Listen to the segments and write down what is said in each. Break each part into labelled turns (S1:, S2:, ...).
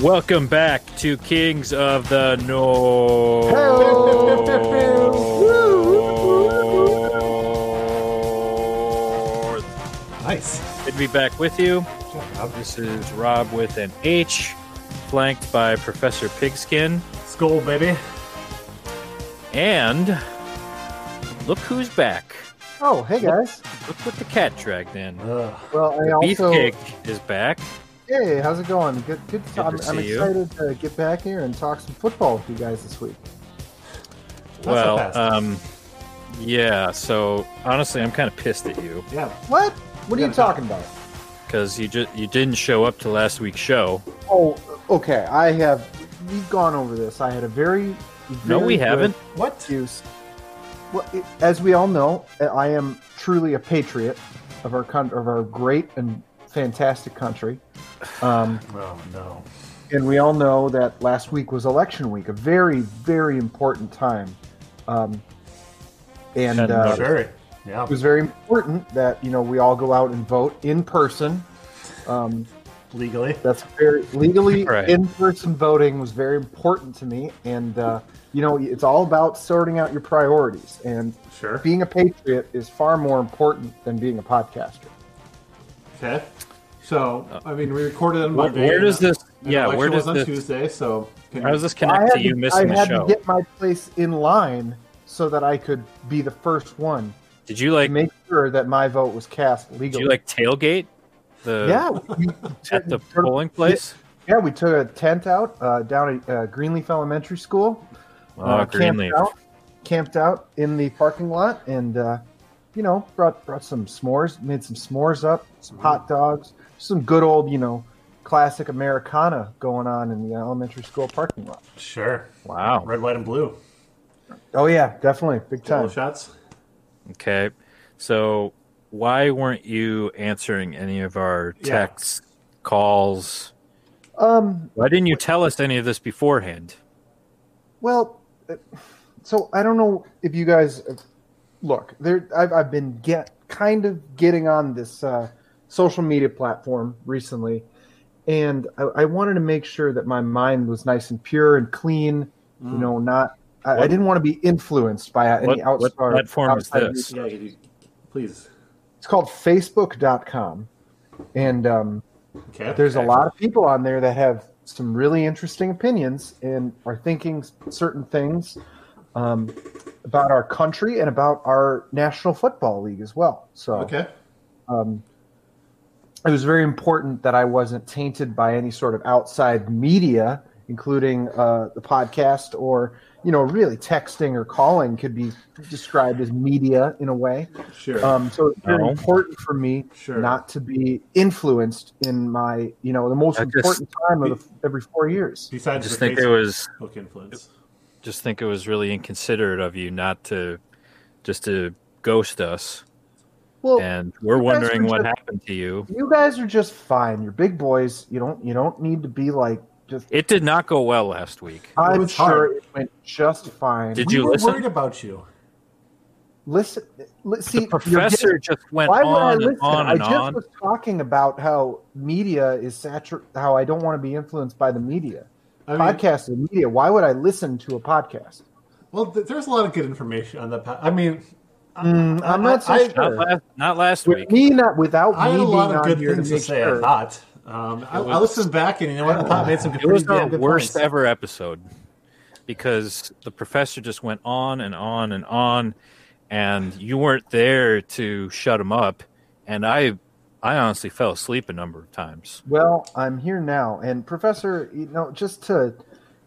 S1: Welcome back to Kings of the North.
S2: Nice.
S1: Good to be back with you.
S2: Rob.
S1: This is Rob with an H, flanked by Professor Pigskin.
S2: Skull, baby.
S1: And look who's back.
S3: Oh, hey guys.
S1: Look what the cat dragged in.
S4: Uh,
S2: Ugh.
S3: Well, I also
S1: Beefcake is back.
S3: hey, how's it going? Good, good.
S1: to
S3: To, I'm, I'm
S1: see you.
S3: excited to get back here and talk some football with you guys this week.
S2: so
S1: Well,
S2: fast.
S1: um, yeah, so honestly, I'm kind of pissed at you
S2: Yeah.
S3: What? What are
S2: Yeah,
S3: you talking about?
S1: because you, just you didn't show up to last week's show.
S3: Oh, okay. I have. We've gone over this. I had a very.
S1: No,
S3: very
S1: we
S3: good
S1: haven't.
S2: What?
S3: Excuse. Well, it, as we all know, eh, I am truly a patriot of our country, of our great and fantastic country. Um,
S2: Oh no.
S3: And we all know that last week was election week, a very, very important time. Um, and
S1: And
S3: uh,
S1: voted.
S3: it
S2: Sure. Yeah.
S3: was very important that you know we all go out and vote in person. Um,
S2: Legally.
S3: that's very legally
S1: Right.
S3: in-person voting was very important to me, and uh, you know it's all about sorting out your priorities. And
S2: Sure.
S3: being a patriot is far more important than being a podcaster.
S2: Okay. So I mean, we recorded on
S1: Uh, Where-
S2: Monday.
S1: where does
S2: and
S1: this-
S2: the
S1: yeah, where
S2: election
S1: does
S2: was on
S1: this-
S2: Tuesday? So can
S1: How does this
S3: I
S1: connect
S3: had
S1: to you missing
S3: I
S1: the
S3: had
S1: show?
S3: to get my place in line so that I could be the first one
S1: Did you like?
S3: to make sure that my vote was cast
S1: Did
S3: legally.
S1: you like tailgate? The
S3: yeah, we,
S1: at the polling place.
S3: yeah, we took a tent out uh, down at uh, Greenleaf Elementary School.
S1: Oh,
S3: uh,
S1: Greenleaf.
S3: Camped out, camped out in the parking lot, and uh, you know, brought brought some s'mores, made some s'mores up, some hot dogs, some good old you know, classic Americana going on in the elementary school parking lot.
S2: Sure.
S1: Wow.
S2: Red, white, and blue.
S3: Oh yeah, definitely big
S2: Double
S3: time.
S2: shots.
S1: Okay. So why weren't you answering any of our
S2: Yeah.
S1: texts, calls?
S3: Um,
S1: Why didn't you tell us any of this beforehand?
S3: Well, uh, so I don't know if you guys uh, look there. I've, I've been get kind of getting on this uh, social media platform recently, and I, I wanted to make sure that my mind was nice and pure and clean. You know, not I, I
S1: Mm. What-
S3: didn't want to be influenced by any
S1: What- what
S3: outside
S1: platform is
S3: outside
S1: this?
S2: Yeah. You, please.
S3: It's called Facebook.com, and um,
S2: Okay.
S3: there's a lot of people on there that have some really interesting opinions and are thinking certain things um, about our country and about our National Football League as well. So
S2: Oh. Okay.
S3: um, it was very important that I wasn't tainted by any sort of outside media, including uh, the podcast or, you know, really texting or calling could be described as media in a way.
S2: Sure.
S1: Uh,
S3: Um, so it's very
S1: No.
S3: important for me
S2: Sure.
S3: not to be influenced in my, you know, the most
S1: I just-
S3: important time of the, every four years.
S1: I
S2: Besides
S1: just
S2: the
S1: think it was
S2: Facebook influence.
S1: just think it was really inconsiderate of you not to just to ghost us.
S3: Well,
S1: And we're
S3: you guys
S1: wondering
S3: were
S1: what
S3: just-
S1: happened to you.
S3: you guys are just fine. You're big boys. You don't, you don't need to be like just.
S1: It did not go well last week.
S3: I'm
S2: was
S3: sure
S2: hard.
S3: it went just fine.
S1: Did
S2: we
S1: you
S2: were
S1: listen?
S2: worried about you.
S3: listen? Let's see.
S1: The
S3: you're
S1: professor
S3: getting-
S1: just went
S3: why would I
S1: on and
S3: listen?
S1: on
S3: I
S1: and
S3: just
S1: on.
S3: was talking about how media is saturated. How I don't want to be influenced by the media.
S2: I mean,
S3: podcast and media. Why would I listen to a podcast?
S2: Well, th- there's a lot of good information on that. Po- I mean,
S3: Mm, I'm not so
S2: I-
S3: sure.
S1: Not last, not last week.
S3: With me not without
S2: I
S3: me
S2: had a
S3: being
S2: lot of
S3: on
S2: good
S3: here
S2: things to
S3: to make
S2: say. I
S3: sure.
S2: thought. Um, I, I listened back, and you know what? Pat made some
S1: It was
S2: pretty
S1: our
S2: damn good
S1: worst
S2: points.
S1: ever episode because the professor just went on and on and on, and you weren't there to shut him up. And I, I honestly fell asleep a number of times.
S3: Well, I'm here now, and Professor, you know, just to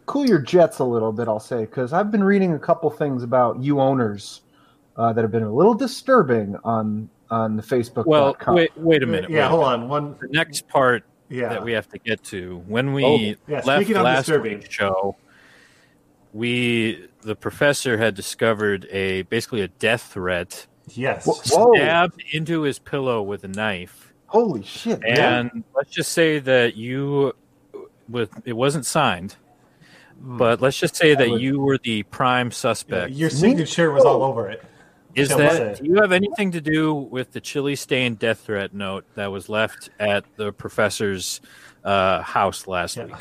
S3: cool your jets a little bit, I'll say because I've been reading a couple things about you owners uh, that have been a little disturbing on on the Facebook.
S1: Well, wait, wait a minute.
S2: Yeah,
S1: wait a
S2: hold on. One.
S1: minute. The next part
S2: Yeah.
S1: that we have to get to when we
S3: Oh,
S2: yeah,
S1: left
S2: speaking of
S1: last
S2: disturbing.
S1: week's show, we the professor had discovered a basically a death threat
S2: yes.
S3: Wha- Whoa.
S1: stabbed into his pillow with a knife.
S3: Holy shit! man.
S1: And let's just say that you, with it wasn't signed, but let's just say that
S3: would-
S1: you were the
S2: Hmm.
S1: prime
S2: Yeah,
S1: suspect.
S2: your signature was all over it.
S1: Is
S2: yeah,
S1: that
S2: what?
S1: do you have anything to do with the chili stained death threat note that was left at the professor's uh, house last week.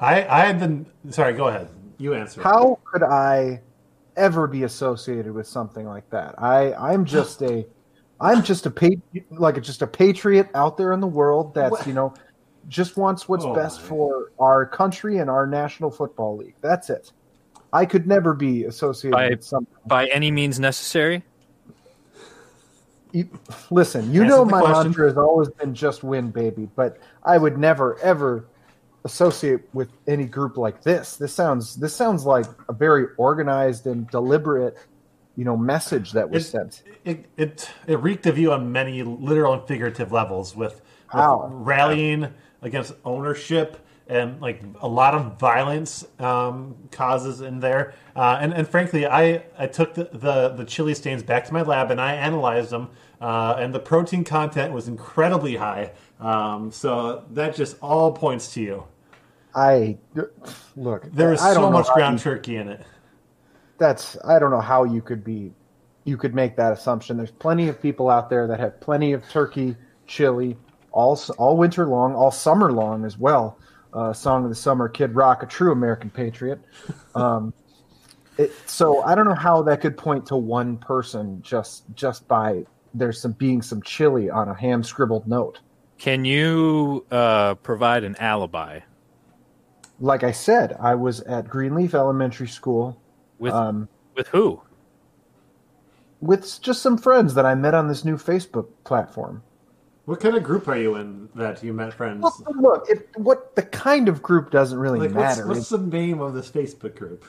S4: I, I had the. Sorry, go ahead. You answer.
S3: How could I ever be associated with something like that? I I'm just a I'm just a pa- like just a patriot out there in the world that's
S4: What?
S3: you know just wants what's
S4: Oh,
S3: best
S4: my.
S3: for our country and our National Football League. That's it. I could never be associated
S1: I-
S3: with something.
S1: By any means necessary.
S3: You, listen, you
S4: Answer
S3: know
S4: the
S3: my
S4: question.
S3: mantra has always been just win, baby. But I would never ever associate with any group like this. This sounds this sounds like a very organized and deliberate, you know, message that was
S4: It-
S3: sent.
S4: It, it it reeked of you on many literal and figurative levels with, with
S3: How?
S4: rallying against ownership and like a lot of violence um, causes in there uh, and and frankly I I took the, the the chili stains back to my lab and I analyzed them uh, and the protein content was incredibly high um, so that just all points to you
S3: I look.
S4: there is
S3: I don't
S4: so
S3: know
S4: much
S3: how
S4: ground
S3: you-
S4: turkey in it
S3: that's I don't know how you could be, you could make that assumption. There's plenty of people out there that have plenty of turkey, chili, all s- all winter long, all summer long as well. Uh, Song of the summer, Kid Rock, a true American patriot. Um, it, so I don't know how that could point to one person just just by there's some being some chili on a hand scribbled note.
S1: Can you uh, provide an alibi
S3: Like I said, I was at Greenleaf Elementary School.
S1: with
S3: Um,
S1: with who?
S3: with just some friends that I met on this new Facebook platform.
S4: what kind of group are you in that you met friends
S3: Well, look, if what the kind of group doesn't really
S4: like what's,
S3: matter. It's-
S4: what's the name of this Facebook group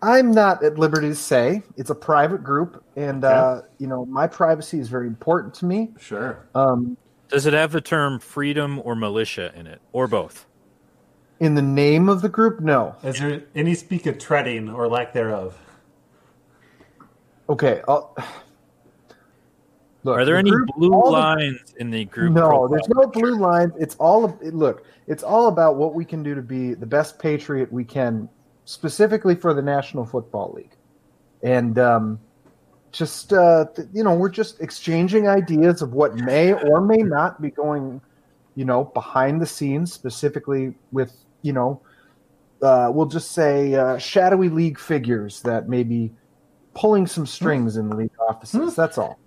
S3: I'm not at liberty to say. It's a private group, and uh, you know my privacy is very important to me.
S4: sure
S3: Um,
S1: Does it have the term freedom or militia in it, or both?
S3: in the name of the group, no.
S4: Is there any speak of treading or lack thereof?
S3: Okay, I'll, look.
S1: Are there
S3: the
S1: any
S3: group-
S1: blue
S3: all the-
S1: lines in the group?
S3: No,
S1: profile
S3: there's no
S1: picture?
S3: blue lines. It's all of, it- look. It's all about what we can do to be the best patriot we can, specifically for the National Football League, and um, just uh, th- you know we're just exchanging ideas of what may or may not be going, you know, behind the scenes, specifically with you know, uh, we'll just say uh, shadowy league figures that may be pulling some strings in the league offices.
S1: Hmm.
S3: That's all.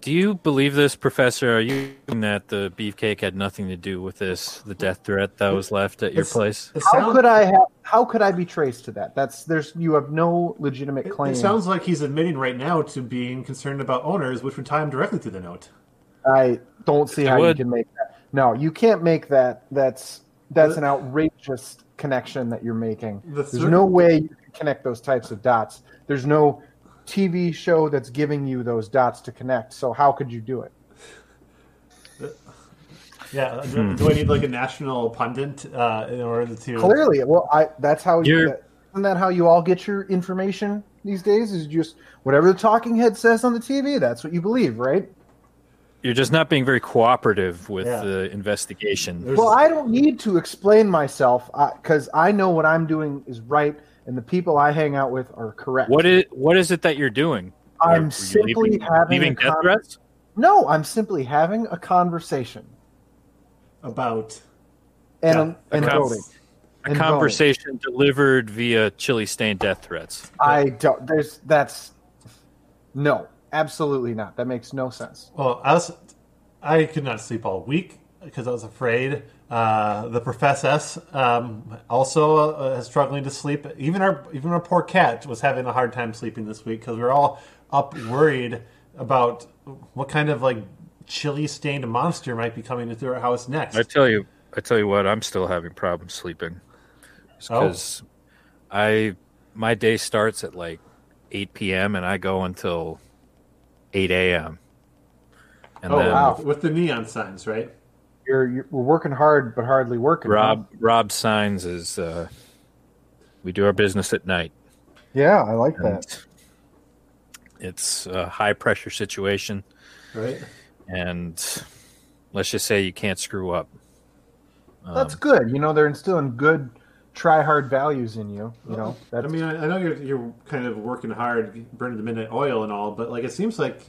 S1: Do you believe this, Professor? Are you thinking that the beefcake had nothing to do with this, the death threat that was left at your
S4: It's-
S1: place?
S4: It,
S3: How
S4: sound-
S3: could I have? How could I be traced to that? That's there's you have no legitimate
S4: it-
S3: claim.
S4: it sounds like he's admitting right now to being concerned about owners, which would tie him directly to the note.
S3: I don't see
S1: It
S3: how
S1: would.
S3: you can make that. No, you can't make that. That's that's an outrageous connection that you're making.
S4: The
S3: There's
S4: thir-
S3: no way you can connect those types of dots. There's no TV show that's giving you those dots to connect. So how could you do it?
S4: Yeah, uh, do, do I need like a national pundit uh, in order to?
S3: Clearly, well, I that's how
S1: You're-
S3: you. Isn't that how you all get your information these days? Is just whatever the talking head says on the TV. That's what you believe, right?
S1: You're just not being very cooperative with
S4: Yeah.
S1: the investigation.
S4: There's-
S3: Well, I don't need to explain myself because I know what I'm doing is right, and the people I hang out with are correct.
S1: What is what is it that you're doing? Are-
S3: I'm
S1: were you
S3: simply
S1: leaving,
S3: having
S1: leaving
S3: a
S1: death
S3: con-
S1: threats.
S3: No, I'm simply having a conversation
S4: about
S3: and
S4: Yeah,
S3: and
S1: a con-
S3: voting.
S1: A
S3: and
S1: conversation delivered via chili stained death threats.
S3: I don't. There's that's no, absolutely not. That makes no sense.
S4: well, I was, I could not sleep all week because I was afraid. Uh, the professess um, also uh, is struggling to sleep. Even our even our poor cat was having a hard time sleeping this week because we were all up worried about what kind of like chili stained monster might be coming into our house next.
S1: I tell you, I tell you what, I'm still having problems sleeping.
S4: Oh.
S1: Because I my day starts at like 8 p.m. and I go until 8 a.m. And
S4: oh
S1: then
S4: wow!
S3: wow.
S4: With, the neon signs, right?
S3: You're, you're we're working hard, but hardly working. huh?
S1: Rob Rob signs is uh, we do our business at night.
S3: Yeah, I like
S1: And
S3: that.
S1: It's a high pressure situation,
S4: Right.
S1: and let's just say you can't screw up. um,
S3: That's good. You know, they're instilling good try hard values in you. You know, that's
S4: I mean, I, I know you're you're kind of working hard, burning the midnight oil and all, but like it seems like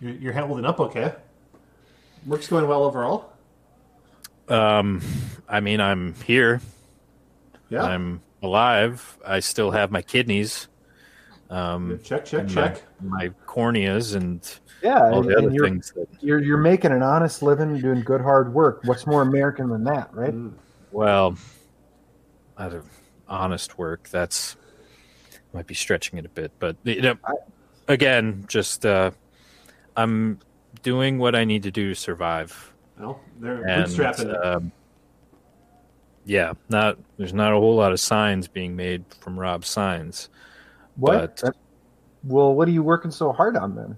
S4: you're, you're holding up okay. Work's going well overall.
S1: Um, I mean, I'm here.
S4: Yeah.
S1: I'm alive. I still have my kidneys, um,
S4: check, check,
S1: and
S4: check.
S1: my corneas, and
S3: Yeah,
S1: all
S3: and,
S1: the other
S3: and you're,
S1: things. That,
S3: you're you're making an honest living, doing good hard work. What's more American than that, right?
S4: Mm.
S1: well, out of honest work, that's might be stretching it a bit, but you know, again, just uh, I'm doing what I need to do to survive.
S4: Well, they're
S1: and
S4: bootstrapping. it.
S1: um, yeah, not there's not a whole lot of signs being made from Rob Signs.
S3: What?
S1: But-
S3: well, what are you working so hard on then?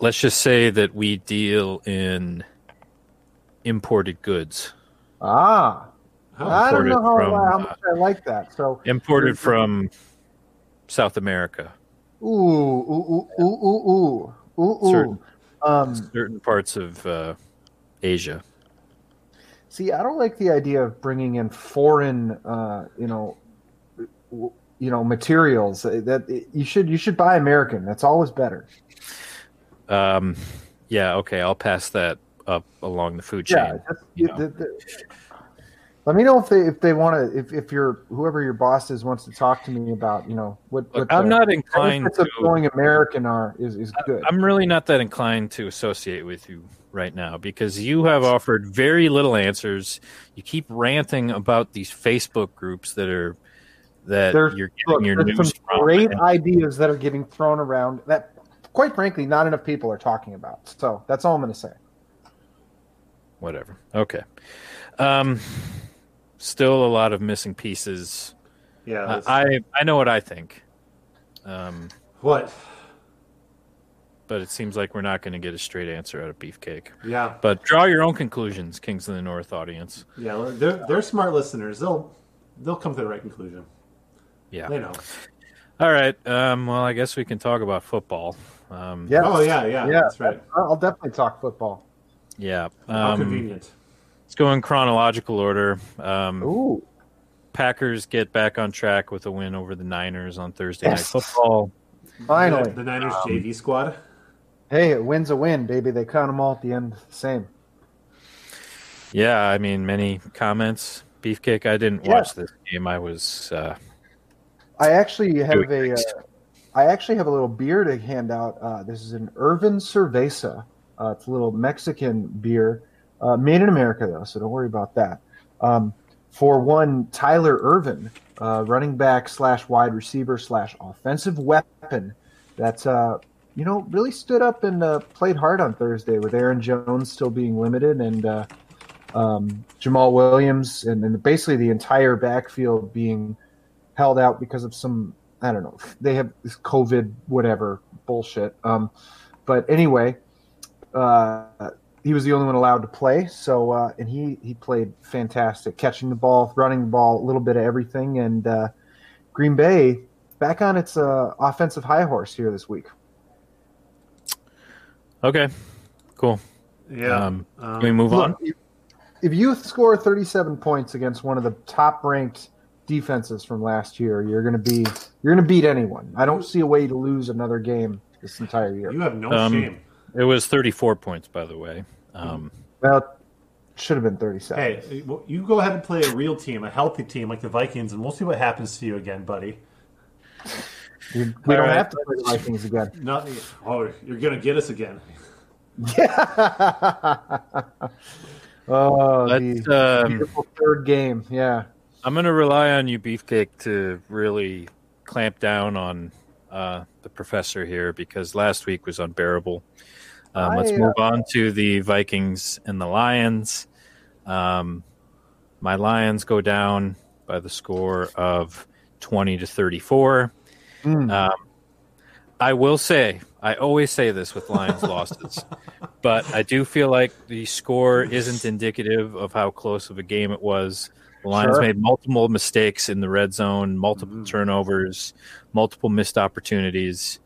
S1: Let's just say that we deal in imported goods,
S3: Ah,
S4: Huh.
S3: I don't know how,
S1: imported from,
S3: how much I like that. So,
S1: imported from South America,
S3: ooh, ooh, ooh, ooh, ooh, ooh, ooh,
S1: Certain-
S3: ooh. Um,
S1: certain parts of uh, Asia.
S3: see, I don't like the idea of bringing in foreign, uh, you know, w- you know, materials. Uh, That you should you should buy American. That's always better.
S1: Um, yeah, okay, I'll pass that up along the food chain.
S3: Yeah. that's-
S1: you know.
S3: the- the- let me know if they if they want to if if your whoever your boss is wants to talk to me about you know what, what
S1: Look, I'm
S3: the
S1: not inclined
S3: benefits
S1: to.
S3: of going American are is, is good.
S1: I'm really not that inclined to associate with you right now because you have offered very little answers. You keep ranting about these Facebook groups that are that
S3: There's-
S1: you're getting
S3: Look,
S1: your
S3: there's
S1: news
S3: some
S1: from.
S3: great ideas that are getting thrown around that, quite frankly, not enough people are talking about. So that's all I'm going to say.
S1: Whatever. Okay. Um, still a lot of missing pieces.
S4: yeah.
S1: I
S4: that's-
S1: I, I know what I think, um,
S4: what?
S1: but it seems like we're not going to get a straight answer out of Beefcake.
S4: Yeah.
S1: But draw your own conclusions, Kings of the North audience.
S4: Yeah. They're they're smart listeners. They'll they'll come to the right conclusion.
S1: Yeah.
S4: They know.
S1: All right. Um, well, I guess we can talk about football. Um,
S3: Yeah.
S4: Oh yeah, yeah.
S3: Yeah.
S4: That's right.
S3: I'll definitely talk football.
S1: Yeah.
S4: How
S1: Um,
S4: convenient.
S1: let's go in chronological order. Um,
S3: Ooh,
S1: Packers get back on track with a win over the Niners on Thursday
S3: Yes.
S1: Night Football.
S3: finally.
S4: the Niners JV squad.
S3: Hey, a win's a win, baby. They count them all at the end the same.
S1: Yeah, I mean, many comments. Beefcake, I didn't
S3: Yeah.
S1: watch this game. I was. Uh,
S3: I actually have
S1: it
S3: a, uh,
S1: next.
S3: I actually have a little beer to hand out. Uh, this is an Irvin Cerveza. Uh, it's a little Mexican beer, uh, made in America though, so don't worry about that. Um, for one, Tyler Irvin, uh, running back slash wide receiver slash offensive weapon, that's uh, you know really stood up and uh, played hard on Thursday with Aaron Jones still being limited and uh, um, Jamal Williams and, and basically the entire backfield being held out because of some I don't know they have this COVID whatever bullshit. Um, but anyway, uh, he was the only one allowed to play. So uh, and he he played fantastic, catching the ball, running the ball, a little bit of everything. And uh, Green Bay back on its uh, offensive high horse here this week.
S1: okay, cool.
S4: Yeah.
S1: Um,
S4: Um,
S1: Can we move on?
S3: Look, if- if you score 37 points against one of the top ranked defenses from last year, you're going to be you're going to beat anyone. I don't see a way to lose another game this entire year.
S4: you have no
S1: Um,
S4: shame.
S1: It was 34 points, by the way. Um,
S3: Well, it should have been 37.
S4: Hey, well, you go ahead and play a real team, a healthy team like the Vikings, and we'll see what happens to you again, buddy.
S3: we we don't
S1: All right.
S3: have to play the Vikings again.
S4: Not, oh, you're gonna get us again.
S3: oh,
S1: Let's,
S3: the
S1: um,
S3: beautiful third game. Yeah.
S1: I'm going to rely on you, Beefcake, to really clamp down on uh, the professor here because last week was unbearable. Um, let's
S3: I, uh,
S1: move on to the Vikings and the Lions. Um, my Lions go down by the score of 20 to 34.
S3: Mm.
S1: I will say, I always say this with Lions losses, but I do feel like the score isn't indicative of how close of a game it was. The Lions
S3: Sure.
S1: made multiple mistakes in the red zone, multiple turnovers, multiple missed opportunities.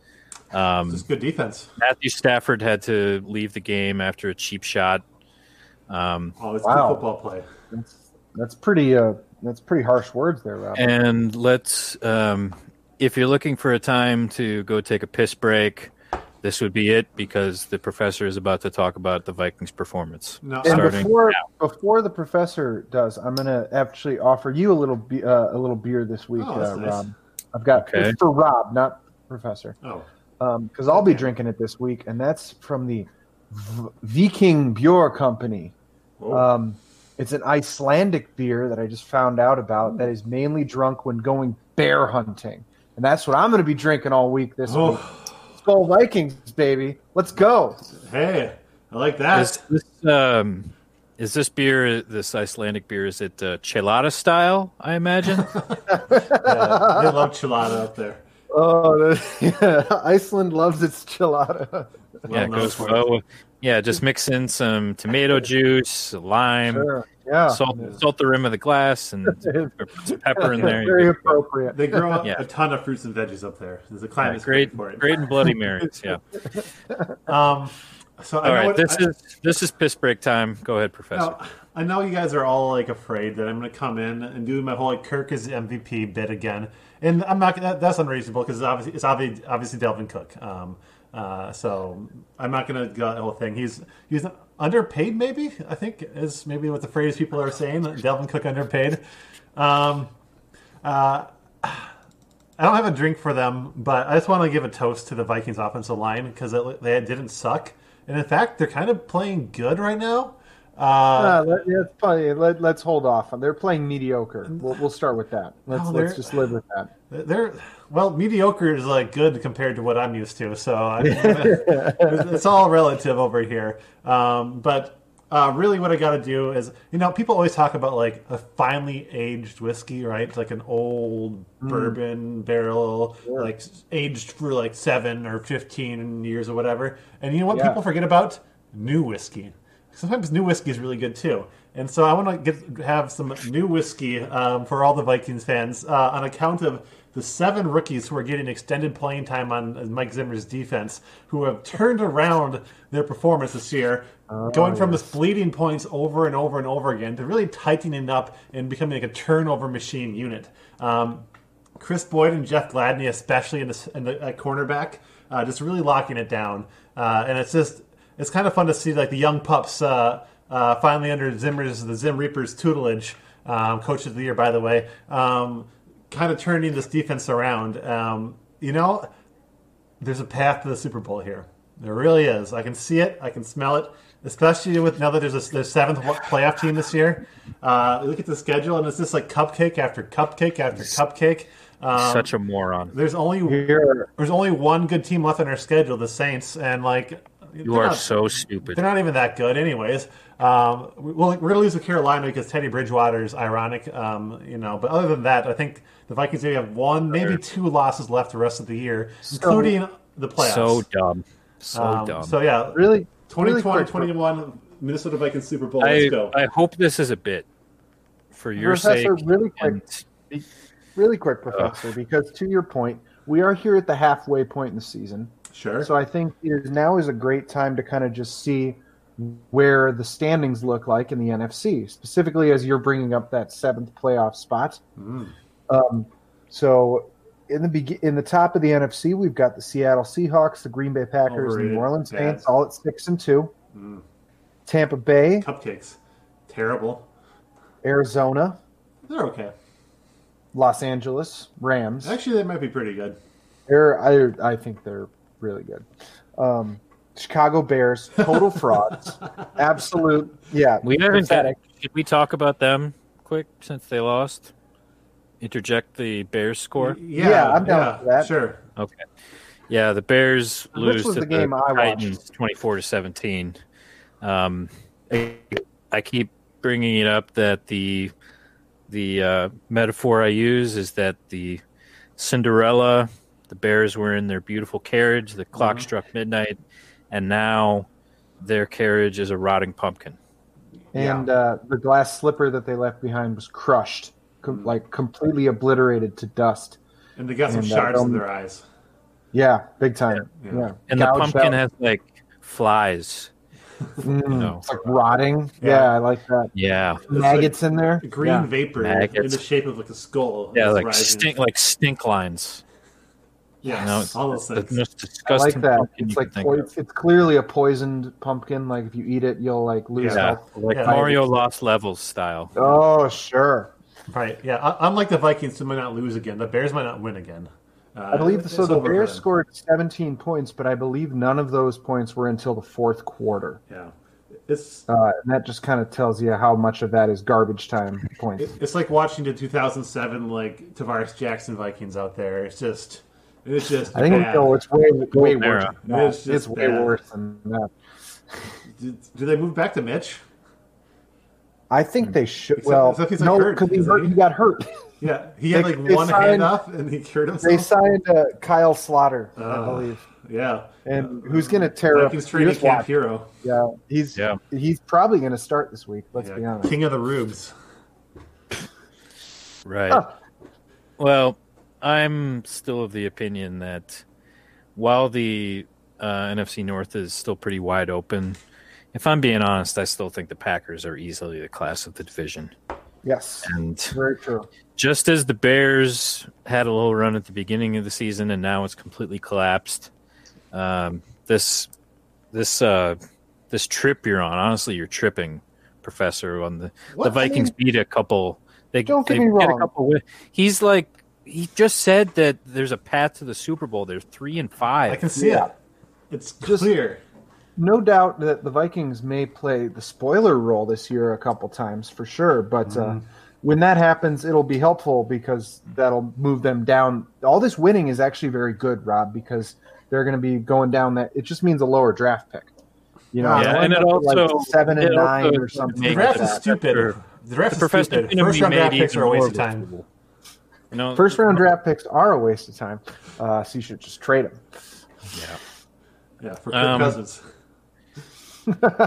S1: Um,
S4: This is good defense.
S1: Matthew Stafford had to leave the game after a cheap shot. Um,
S4: Oh, it's
S3: Wow.
S4: good football play.
S3: that's, that's pretty uh that's pretty harsh words there, Rob.
S1: and let's, um, if you're looking for a time to go take a piss break, This would be it because the professor is about to talk about the Vikings' performance.
S2: No,
S3: And
S1: Starting
S3: before
S1: now.
S3: before the professor does, I'm gonna actually offer you a little be- uh, a little beer this week,
S4: Oh, that's
S3: uh,
S4: nice.
S3: Rob. I've got
S1: Okay.
S3: it's for Rob, not professor,
S4: Oh,
S3: because I'll be
S4: Okay.
S3: drinking it this week, and that's from the v- Viking Bjor Company. Um, it's an Icelandic beer that I just found out about that is mainly drunk when going bear hunting, and that's what I'm gonna be drinking all week this week.
S4: oh,
S3: Let's go Vikings, baby! Let's go.
S4: hey, I like that.
S1: Is this, um, is this beer, this Icelandic beer, is it uh, chelada style? I imagine.
S4: Yeah, they love chilada up there.
S3: Oh, that- Iceland loves its chilada.
S1: yeah,
S4: Well
S1: it
S4: known
S1: goes
S4: for it.
S1: well. with- Yeah, just mix in some tomato juice, lime,
S3: Sure. Yeah.
S1: salt, salt the rim of the glass, and put some pepper in there.
S3: Very appropriate.
S4: They grow
S1: Yeah.
S4: a ton of fruits and veggies up there. There's a
S1: Yeah,
S4: climate
S1: great,
S4: for it.
S1: great and Bloody Marys. Yeah.
S4: Um, so I
S1: All
S4: know
S1: right,
S4: what-
S1: this
S4: I-
S1: is this is piss break time. Go ahead, Professor.
S4: Now, I know you guys are all like afraid that I'm going to come in and do my whole like Kirk is MVP bit again, and I'm not. That, that's unreasonable because obviously it's obviously, obviously Delvin Cook. Um, uh, so I'm not going to go that whole thing. He's he's underpaid, maybe. I think is maybe what the phrase people are saying. Delvin Cook underpaid. Um, uh, I don't have a drink for them, but I just want to give a toast to the Vikings offensive line because they didn't suck, and in fact they're kind of playing good right now. Uh,
S3: Uh, let, yeah, it's funny. Let, let's hold off. on- They're playing mediocre. We'll, we'll start with
S1: Oh,
S3: that. Let's,
S4: No,
S3: let's
S4: they're-
S3: just live with that.
S4: They're well, mediocre is like good compared to what I'm used to, so I, it's all relative over here. Um, but uh, really, what I got to do is, you know, people always talk about like a finely aged whiskey, right? It's like an old bourbon barrel, like aged for like seven or fifteen years or whatever. And you know what
S3: Yeah.
S4: people forget about? New whiskey. Sometimes new whiskey is really good too. And so I want to get have some new whiskey um, for all the Vikings fans uh, on account of the seven rookies who are getting extended playing time on uh, Mike Zimmer's defense, who have turned around their performance this year, going from this bleeding points over and over and over again to really tightening up and becoming like a turnover machine unit. Um, Chris Boyd and Jeff Gladney, especially in the, in the at cornerback, uh, just really locking it down. Uh, and it's just it's kind of fun to see like the young pups uh, uh, finally under Zimmer's the Zim Reapers tutelage, um, coach of the year by the way, um, kind of turning this defense around. Um, you know, there's a path to the Super Bowl here. There really is. I can see it. I can smell it. Especially with now that there's a there's seventh wa- playoff team this year. Uh, you look at the schedule, and it's just like cupcake after cupcake after cupcake. Um,
S1: Such a moron.
S4: there's only
S3: Here,
S4: there's only one good team left on our schedule, the Saints, and like
S1: You are so stupid.
S4: they're not even that good, anyways. Um, we- well, we're going to lose with Carolina because Teddy Bridgewater's ironic, um, you know. But other than that, I think the Vikings maybe have one, maybe two losses left the rest of the year, including the playoffs.
S1: So dumb. So
S4: Um,
S1: dumb.
S4: So yeah,
S3: really,
S4: 2020,
S3: really quick,
S4: 21, Minnesota Vikings Super Bowl.
S1: I,
S4: Let's go.
S1: I hope this is a bit for your
S3: Professor,
S1: sake.
S3: really quick.
S1: and-
S3: really quick, Professor, because to your point, we are here at the halfway point in the season.
S4: sure.
S3: So I think it is, now is a great time to kind of just see where the standings look like in the NFC, specifically as you're bringing up that seventh playoff spot.
S4: Mm.
S3: Um, so in the begi- in the top of the NFC, we've got the Seattle Seahawks, the Green Bay Packers, and the
S4: Overrated. Mm.
S3: New Orleans
S4: Bad.
S3: Saints, all at six and two. Tampa Bay,
S4: Cupcakes, terrible.
S3: Arizona,
S4: They're okay.
S3: Los Angeles Rams.
S4: Actually, they might be pretty good.
S3: They're I I think they're really good. Um, Chicago Bears, total frauds, absolute yeah.
S1: We haven't got,
S3: pathetic.
S1: Should we talk about them quick since they lost? Interject the Bears score.
S4: Yeah,
S3: Yeah, I'm down for that.
S4: Sure.
S1: Okay. Yeah, the Bears
S3: Which
S1: lose
S3: was
S1: to
S3: the
S1: the,
S3: game I watched?
S1: Titans twenty-four to seventeen. Um, I, I keep bringing it up that the the uh, metaphor I use is that the Cinderella, the Bears were in their beautiful carriage. The
S3: Mm-hmm.
S1: clock struck midnight, and now their carriage is a rotting pumpkin.
S3: and uh, the glass slipper that they left behind was crushed, com-
S1: Mm.
S3: like completely obliterated to dust.
S4: And they got some
S3: And, uh,
S4: shards in
S3: um,
S4: their eyes.
S3: Yeah, big time.
S4: Yeah,
S3: Yeah,
S4: yeah.
S1: And
S3: Gouged
S1: the pumpkin has
S3: out.
S1: like flies.
S3: Mm,
S1: No.
S3: it's like rotting.
S4: Yeah.
S3: Yeah. I like that.
S1: Yeah,
S4: like
S3: Maggots in there.
S4: Green
S3: Yeah.
S4: vapor in
S1: Maggots.
S4: the shape of like a skull.
S1: yeah,
S4: is
S1: like
S4: rising.
S1: stink, like stink lines.
S4: Yes,
S1: No, it's-
S4: all those
S1: That's
S4: things.
S1: most
S3: I
S1: disgusting
S3: like that.
S1: pumpkin you
S3: It's
S1: can
S3: like
S1: think
S3: poi-
S1: of.
S3: it's clearly a poisoned pumpkin. Like if you eat it, you'll like lose
S4: Yeah.
S3: health.
S1: like
S4: Yeah.
S1: Mario Lost Levels style.
S3: Oh sure.
S4: Right. Yeah. u- Unlike the Vikings, who might not lose again. The Bears might not win again. Uh,
S3: I believe so.
S4: it's
S3: The
S4: over for
S3: Bears
S4: them.
S3: scored 17 points, but I believe none of those points were until the fourth quarter.
S4: Yeah. It's
S3: Uh, and that just kind of tells you how much of that is garbage time points.
S4: it's like watching the 2007 like Tavares Jackson Vikings out there. It's just it's just
S3: I think
S4: bad.
S3: no, it's way way worse.
S1: era.
S3: Than that.
S4: It's
S3: It's,
S4: just
S3: way
S4: bad.
S3: worse than that.
S4: do, do they move back to Mitch?
S3: I think they should.
S4: Except-
S3: well,
S4: except he's, Hmm. like,
S3: no,
S4: hurt,
S3: because he,
S4: isn't
S3: hurt-
S4: he?
S3: he got hurt.
S4: Yeah, he had
S3: They-
S4: like
S3: they
S4: one
S3: signed-
S4: handoff and he cured himself.
S3: They signed uh, Kyle Slaughter, I
S4: Ah.
S3: believe,
S4: yeah,
S3: and who's going to tear up?
S4: Vikings
S3: you
S4: training
S3: just
S4: camp
S3: watch.
S4: hero.
S3: Yeah, he's
S1: Yeah.
S3: he's probably going to start this week. Let's
S4: Yeah,
S3: be honest.
S4: King of the Rubes.
S1: Right.
S3: Huh.
S1: Well, I'm still of the opinion that while the uh, NFC North is still pretty wide open, if I'm being honest, I still think the Packers are easily the class of the division.
S3: Yes,
S1: And
S3: very true.
S1: just as the Bears had a little run at the beginning of the season and now it's completely collapsed, um, this this uh, this trip you're on, honestly, you're tripping, Professor. On the
S3: What?
S1: the
S3: I
S1: Vikings
S3: mean,
S1: beat a couple. They
S3: Don't get
S1: they
S3: me
S1: get
S3: wrong.
S1: A couple win- he's like he just said that there's a path to the Super Bowl. They're three and five.
S4: I can see
S3: Yeah.
S4: it. It's clear.
S3: no doubt that the Vikings may play the spoiler role this year a couple times for sure. But uh, when that happens, it'll be helpful because that'll move them down. All this winning is actually very good, Rob, because they're going to be going down that. It just means a lower draft pick. You know,
S4: Yeah,
S3: they'll
S1: and
S3: end
S1: it
S3: up with,
S1: also-
S3: like seven and
S1: it also
S3: nine or
S1: make
S3: something.
S4: The
S1: Big
S4: draft is
S1: draft.
S4: stupid.
S1: Sure.
S4: The draft
S1: The
S4: is stupid. First round draft picks are a waste of time.
S1: You know,
S3: First round draft picks are a waste of time, uh, so you should just trade them.
S4: Yeah, for Kirk
S1: Um,
S4: Cousins.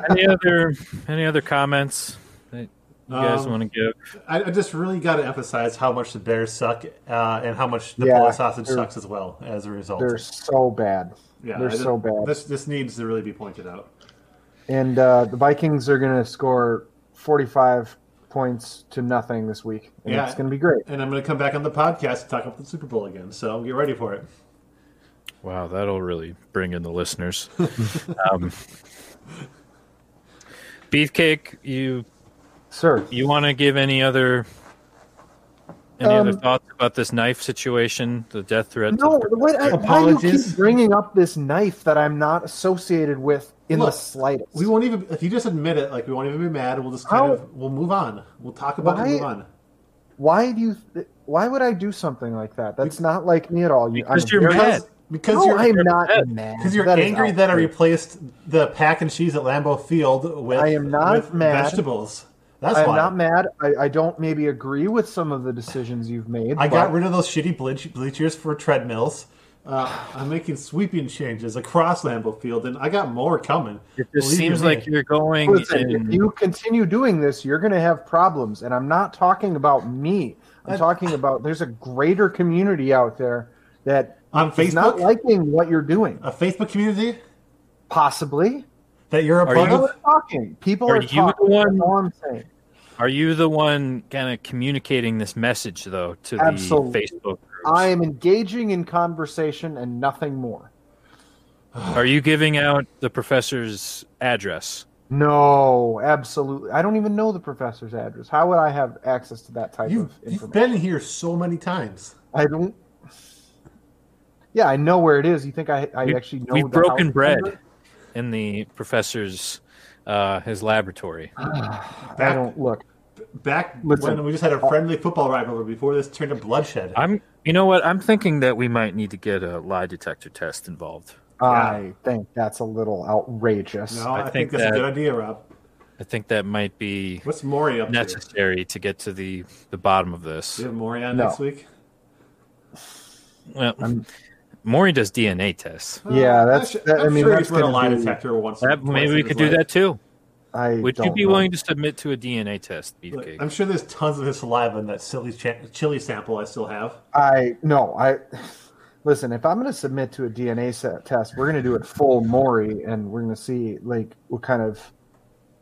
S1: any other any other comments that you guys
S4: Um,
S1: want to give?
S4: I, I just really got to emphasize how much the Bears suck uh, and how much the
S3: Yeah,
S4: Polish sausage
S3: they're-
S4: sucks as well as a result.
S3: They're so bad.
S4: Yeah,
S3: they're
S4: I just-
S3: so bad.
S4: This this needs to really be pointed out.
S3: And uh, the Vikings are going to score 45 points to nothing this week. And
S4: Yeah.
S3: it's going to be great.
S4: And I'm going to come back on the podcast and talk about the Super Bowl again. So get ready for it.
S1: Wow, that'll really bring in the listeners. um, Beefcake, you
S3: Sir,
S1: you want to give any other any other
S3: Um,
S1: thoughts about this knife situation, the death threat? to
S3: no,
S1: the-
S3: wait, I, why do you
S4: Apologies.
S3: keep bringing up this knife that I'm not associated with in the
S4: Look,
S3: slightest?
S4: We won't even if you just admit it. Like we won't even be mad. We'll just kind
S3: How-
S4: of we'll move on. We'll talk about it.
S3: Why-
S4: and Move on.
S3: why do you? Th- why would I do something like that? That's not like me at all. You,
S1: Because
S3: I'm
S1: you're
S3: very-
S1: mad.
S4: Because
S3: No,
S4: you're
S3: I'm not
S1: upset.
S3: mad.
S4: because you're
S3: That is
S4: angry
S3: out-
S4: that I replaced the pack and cheese at Lambeau Field with
S3: I am not
S4: with
S3: mad.
S4: vegetables. That's
S3: I'm
S4: why
S3: not mad. I, I don't maybe agree with some of the decisions you've made.
S4: I
S3: but-
S4: got rid of those shitty bleach, bleachers for treadmills. Uh, I'm making sweeping changes across Lambeau Field, and I got more coming.
S1: It just
S4: Believe
S1: seems
S4: me.
S1: like you're going.
S3: Listen,
S1: in-
S3: if you continue doing this, you're going to have problems. And I'm not talking about me. I'm talking about there's a greater community out there that
S4: on
S3: is not
S4: Facebook,
S3: liking what you're doing.
S4: a Facebook community
S3: Possibly.
S4: that you're a
S1: Are
S4: part
S1: you-
S3: People
S4: of.
S3: are talking. People
S1: Are
S3: are,
S1: you
S3: talking.
S1: the one-
S3: That's all I'm saying.
S1: Are you the one kind of communicating this message though to the
S3: Absolutely.
S1: Facebook? Groups?
S3: I am engaging in conversation and nothing more.
S1: Are you giving out the professor's address?
S3: No, absolutely. I don't even know the professor's address. How would I have access to that type
S4: You've,
S3: of
S4: you've
S3: information?
S4: been here so many times.
S3: I don't. Yeah, I know where it is. You think I, I
S1: We-
S3: actually know?
S1: We've
S3: the house
S1: broken bread
S3: number?
S1: in the professor's uh, his laboratory.
S3: I
S4: Back-
S3: don't look.
S4: Back
S3: Listen.
S4: when we just had a friendly football rivalry before this turned to bloodshed.
S1: I'm. You know what? I'm thinking that we might need to get a lie detector test involved.
S3: I think that's a little outrageous.
S4: no,
S1: I
S4: I,
S1: think
S4: think, that's
S1: that-
S4: a good idea, Rob.
S1: I think that might be
S4: What's Maury up to? Do
S1: necessary to get to the the bottom of this.
S4: you have Maury on
S3: No.
S4: next week?
S1: Well, Maury does DNA tests.
S3: Yeah,
S4: Uh,
S3: that's-
S4: I'm su-
S3: that- I
S4: I'm
S3: mean,
S4: sure
S3: that's
S4: he's run a
S3: gonna
S4: lie
S3: be-
S4: detector once.
S1: That,
S4: twice
S1: maybe
S4: in
S1: we
S4: his
S1: could do
S4: life.
S1: that too.
S3: I
S1: Would you
S3: don't
S1: be
S3: know.
S1: willing to submit to a DNA test,
S4: Look,
S1: Beefcake?
S4: I'm sure there's tons of his saliva in that silly cha- chili sample I still have.
S3: I no. I listen. If I'm going to submit to a DNA set test, we're going to do it full Maury, and we're going to see like what kind of,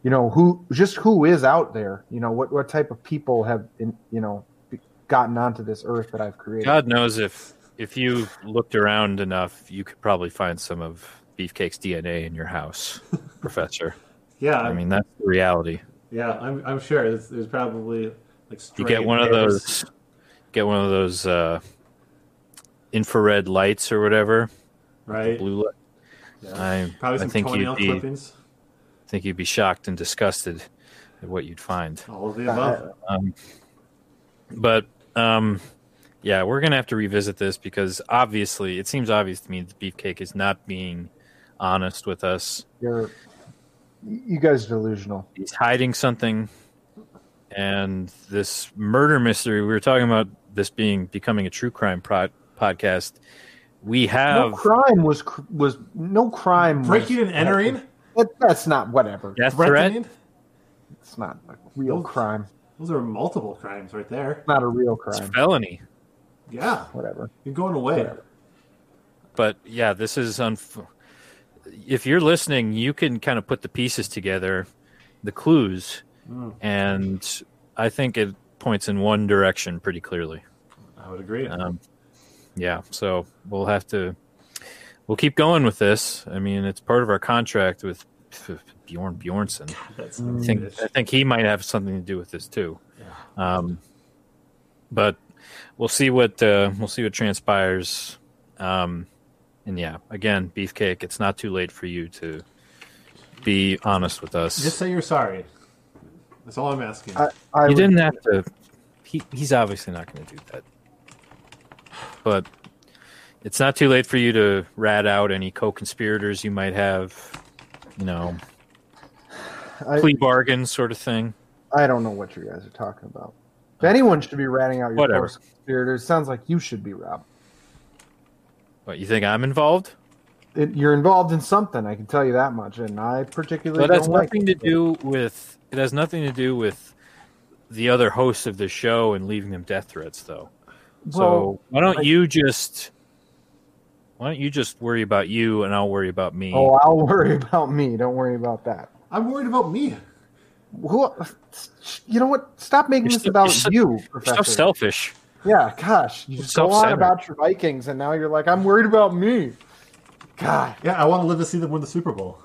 S3: you know, who just who is out there. You know, what what type of people have in, you know gotten onto this earth that I've created.
S1: God knows if if you looked around enough, you could probably find some of Beefcake's DNA in your house, Professor.
S4: Yeah,
S1: I mean, that's the reality.
S4: yeah, I'm, I'm sure there's, there's probably like
S1: You get one of those, get one of those uh, infrared lights or whatever,
S4: right?
S1: blue light. I,
S4: Probably
S1: I
S4: some
S1: think
S4: toenail
S1: you'd be,
S4: clippings.
S1: think you'd be shocked and disgusted at what you'd find.
S4: All of the above.
S1: but um yeah we're gonna have to revisit this because obviously it seems obvious to me that beefcake is not being honest with us
S3: You're, you guys are delusional.
S1: he's hiding something and this murder mystery we were talking about this being becoming a true crime pro- podcast we
S3: No
S1: have
S3: crime was cr- was no crime.
S4: Breaking
S3: was,
S4: and entering,
S3: That, that's not whatever.
S1: Mm. death threat
S4: threatening.
S3: It's not a real
S4: Oops.
S3: crime.
S4: Those are multiple crimes right there.
S3: Not a real
S1: it's
S3: crime.
S1: felony
S4: Yeah,
S3: Whatever.
S4: you're going away.
S3: Whatever.
S1: but yeah this is unf- if you're listening you can kind of put the pieces together the clues and i think it points in one direction pretty clearly
S4: I would agree.
S1: um, yeah so we'll have to we'll keep going with this i mean it's part of our contract with bjorn bjornson
S4: That's
S1: I think, I think he might have something to do with this too. Um, but we'll see what uh, we'll see what transpires. Um, and yeah, again, beefcake. It's not too late for you to be honest with us.
S4: Just say you're sorry. That's all I'm asking.
S3: I, I
S1: you
S3: would-
S1: didn't have to. He, he's obviously not going to do that. But it's not too late for you to rat out any co-conspirators you might have. You know,
S3: I-
S1: plea bargain sort of thing.
S3: I don't know what you guys are talking about. If anyone should be ratting out your
S1: Whatever.
S3: conspirators, sounds like you should be, Rob.
S1: What you think I'm involved?
S3: It, you're involved in something. I can tell you that much, and I particularly
S1: But it
S3: don't
S1: has
S3: like
S1: nothing to
S3: it.
S1: do with it has nothing to do with the other hosts of the show and leaving them death threats, though. so
S3: Well,
S1: why don't
S3: I-
S1: you just why don't you just worry about you and I'll worry about me?
S3: Oh, I'll worry about me. Don't worry about that.
S4: I'm worried about me.
S3: Who? You know what? Stop making
S1: You're
S3: this
S1: so-
S3: about
S1: you're so-
S3: you,
S1: You're so
S3: Professor.
S1: selfish.
S3: yeah, gosh, you
S1: You're
S3: just go on
S1: self-centered.
S3: about your Vikings, and now you're like, I'm worried about me. God,
S4: Yeah, I want to live to see them win the Super Bowl.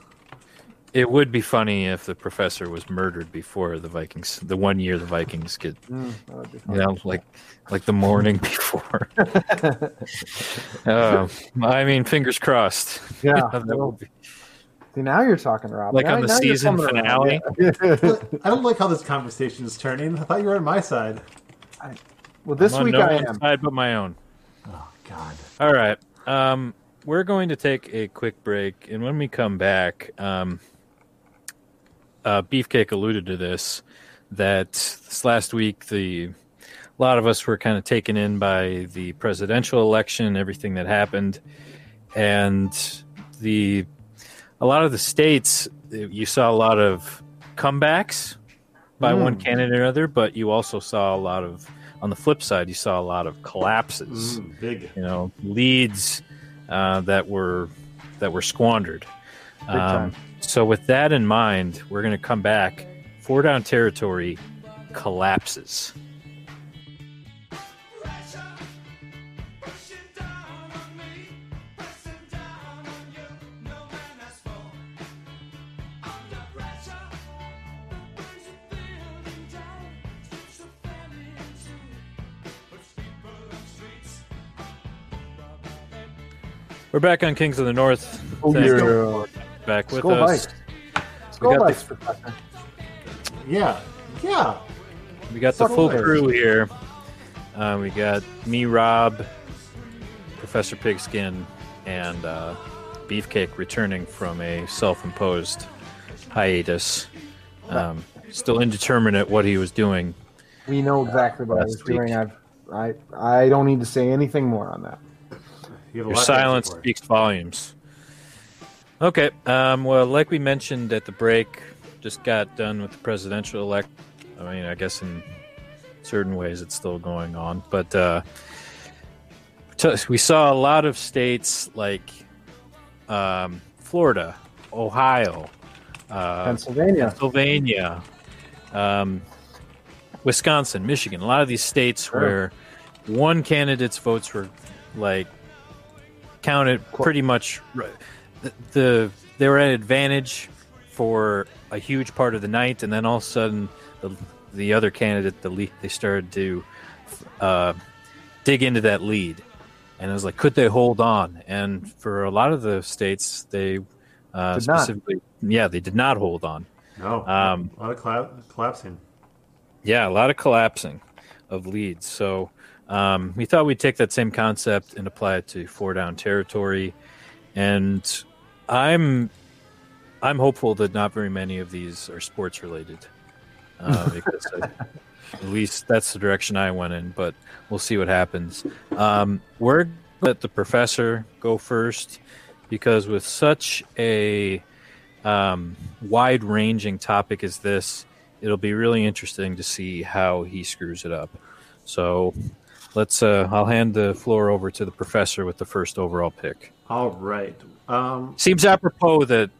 S1: It would be funny if the professor was murdered before the Vikings, the one year the Vikings get,
S3: Mm, that would be
S1: you
S3: fun.
S1: know, like like the morning before. Uh, I mean, fingers crossed.
S3: Yeah,
S1: that
S3: well,
S1: would be-
S3: See, now you're talking, Rob.
S1: Like
S3: Now-
S1: on the
S3: now you're
S1: season
S3: coming around.
S1: finale?
S3: Yeah.
S4: I don't like how this conversation is turning. I thought you were on my side.
S3: well, this
S1: I'm on
S3: week
S1: no
S3: I
S1: one's
S3: am.
S1: side but my own.
S4: Oh God.
S1: All right. Um, we're going to take a quick break, and when we come back, um, uh, Beefcake alluded to this that this last week the a lot of us were kind of taken in by the presidential election, everything that happened, and the a lot of the states you saw a lot of comebacks by one candidate or other, but you also saw a lot of on the flip side you saw a lot of collapses
S4: Mm, big.
S1: you know leads uh, that were that were squandered.
S3: time.
S1: Um, so with that in mind, we're going to come back. Four down territory collapses.
S5: Pushing down on me, pressing down on you, no man has fallen. Under pressure, brings a feeling down, strips a family in two, puts people on streets.
S1: We're back on Kings of the North.
S3: Oh,
S1: Thanks for
S3: yeah.
S1: back with
S3: Go
S1: us.
S3: Vikes. Go
S1: got the-
S3: Vikes, Professor.
S4: Yeah. Yeah.
S1: We got
S3: Suck
S1: the full
S3: Vikes.
S1: crew here. Uh, we got me, Rob, Professor Pigskin, and uh, Beefcake returning from a self-imposed hiatus. Um, still indeterminate what he was doing,
S3: We know exactly what I was
S1: Last week.
S3: doing. I, I, I don't need to say anything more on that.
S4: You have a
S1: Your
S4: lot to
S1: silence
S4: answer for.
S1: speaks volumes. Okay. Um, well, like we mentioned at the break, just got done with the presidential elect. I mean, I guess in certain ways it's still going on, but uh, t- we saw a lot of states like um, Florida, Ohio, uh,
S3: Pennsylvania.
S1: Pennsylvania, um, Wisconsin, Michigan. A lot of these states where one candidate's votes were like counted pretty much r- the, the they were at advantage for a huge part of the night, and then all of a sudden the, the other candidate the lead, they started to uh, dig into that lead, and it was like could they hold on? And for a lot of the states, they uh,
S3: Did not.
S1: specifically yeah they did not hold on.
S4: No.
S1: Um,
S4: a lot of colla- collapsing.
S1: Yeah, a lot of collapsing of leads. So um, we thought we'd take that same concept and apply it to four down territory. And I'm I'm hopeful that not very many of these are sports related, uh, because I, at least that's the direction I went in. But we'll see what happens. Um, we're gonna let the professor go first because with such a um, wide ranging topic as this, it'll be really interesting to see how he screws it up. So let's. Uh, I'll hand the floor over to the professor with the first overall pick.
S4: All right. Um,
S1: Seems apropos that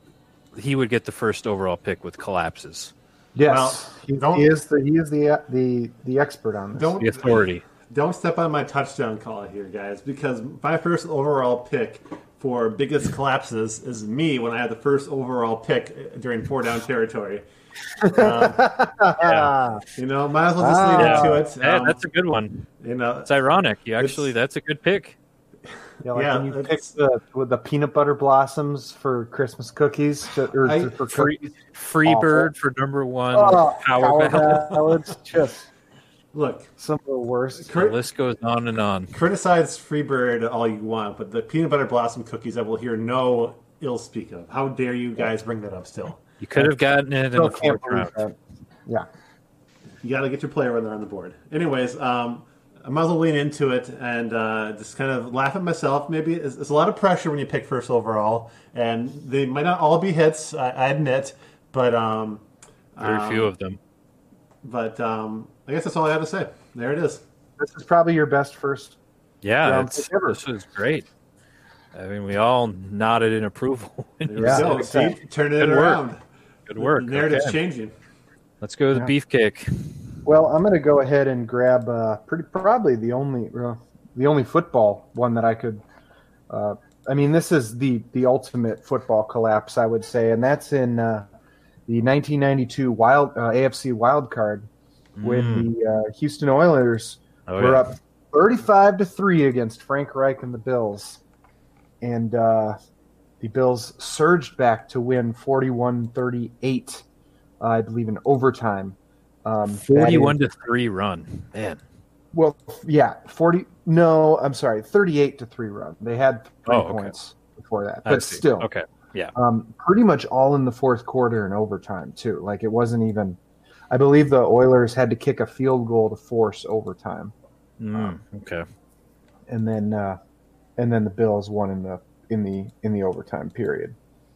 S1: he would get the first overall pick with collapses.
S3: Yes,
S4: Well, don't-
S3: he, he is the he is the uh, the the expert on this.
S4: don't
S1: The authority.
S4: don't step on my touchdown call here, guys, because my first overall pick for biggest collapses is me when I had the first overall pick during four down territory.
S3: Ah,
S4: You know, might as well just lead
S3: Wow.
S4: into it.
S1: Yeah,
S4: Um,
S1: that's a good one.
S4: you know,
S1: It's ironic. You actually,
S4: It's-
S1: that's a good pick.
S3: yeah, like
S4: Yeah,
S3: when you pick
S4: it's-
S3: the with the peanut butter blossoms for Christmas cookies to, or
S4: I-
S3: for
S1: Free,
S3: cookies.
S1: free
S3: Awful.
S1: bird for number one.
S3: Oh,
S1: power ballad.
S3: ballad, It's just
S4: look,
S3: some of the worst.
S1: The
S4: crit-
S1: list goes on and on.
S4: criticize Freebird all you want, but the peanut butter blossom cookies I will hear no ill speak of. How dare you guys bring that up still?
S1: You could have gotten it in
S3: Still
S1: the
S3: can't
S1: fourth
S3: believe
S1: round.
S3: that. Yeah,
S4: you got to get your player when they're on the board. Anyways, um, I might as well lean into it and uh, just kind of laugh at myself. Maybe it's, it's a lot of pressure when you pick first overall, and they might not all be hits. I, I admit, but um,
S1: Very few of them.
S4: but um, I guess that's all I have to say. There it is.
S3: this is probably your best first.
S1: Yeah,
S3: Yeah,
S1: it's,
S3: it's ever.
S1: this was great. I mean, we all nodded in approval.
S4: There
S3: Yeah,
S4: we go.
S3: exactly.
S4: See, turn it
S1: Good work.
S4: around.
S1: Good work.
S4: The narrative's
S1: Okay.
S4: changing.
S1: Let's go with the beef cake.
S3: Well, I'm going to go ahead and grab uh, pretty probably the only uh, the only football one that I could. Uh, I mean, this is the the ultimate football collapse, I would say, and that's in uh, the 1992 wild uh, AFC Wild Card when the uh, Houston Oilers
S1: Mm. Oh,
S3: were
S1: yeah.
S3: up 35 to three against Frank Reich and the Bills, and uh, the Bills surged back to win 41-38, uh, I believe, in overtime. Um, that is-
S1: 41 to 3 run. Man.
S3: well, yeah, forty. No, I'm sorry, thirty-eight to three run. They had three
S1: Oh, okay.
S3: points before that,
S1: I
S3: but
S1: see.
S3: still,
S1: Okay.
S3: um, pretty much all in the fourth quarter and overtime too. Like it wasn't even. I believe the Oilers had to kick a field goal to force overtime,
S1: Mm, okay.
S3: and then uh, and then the Bills won in the in the in the overtime period.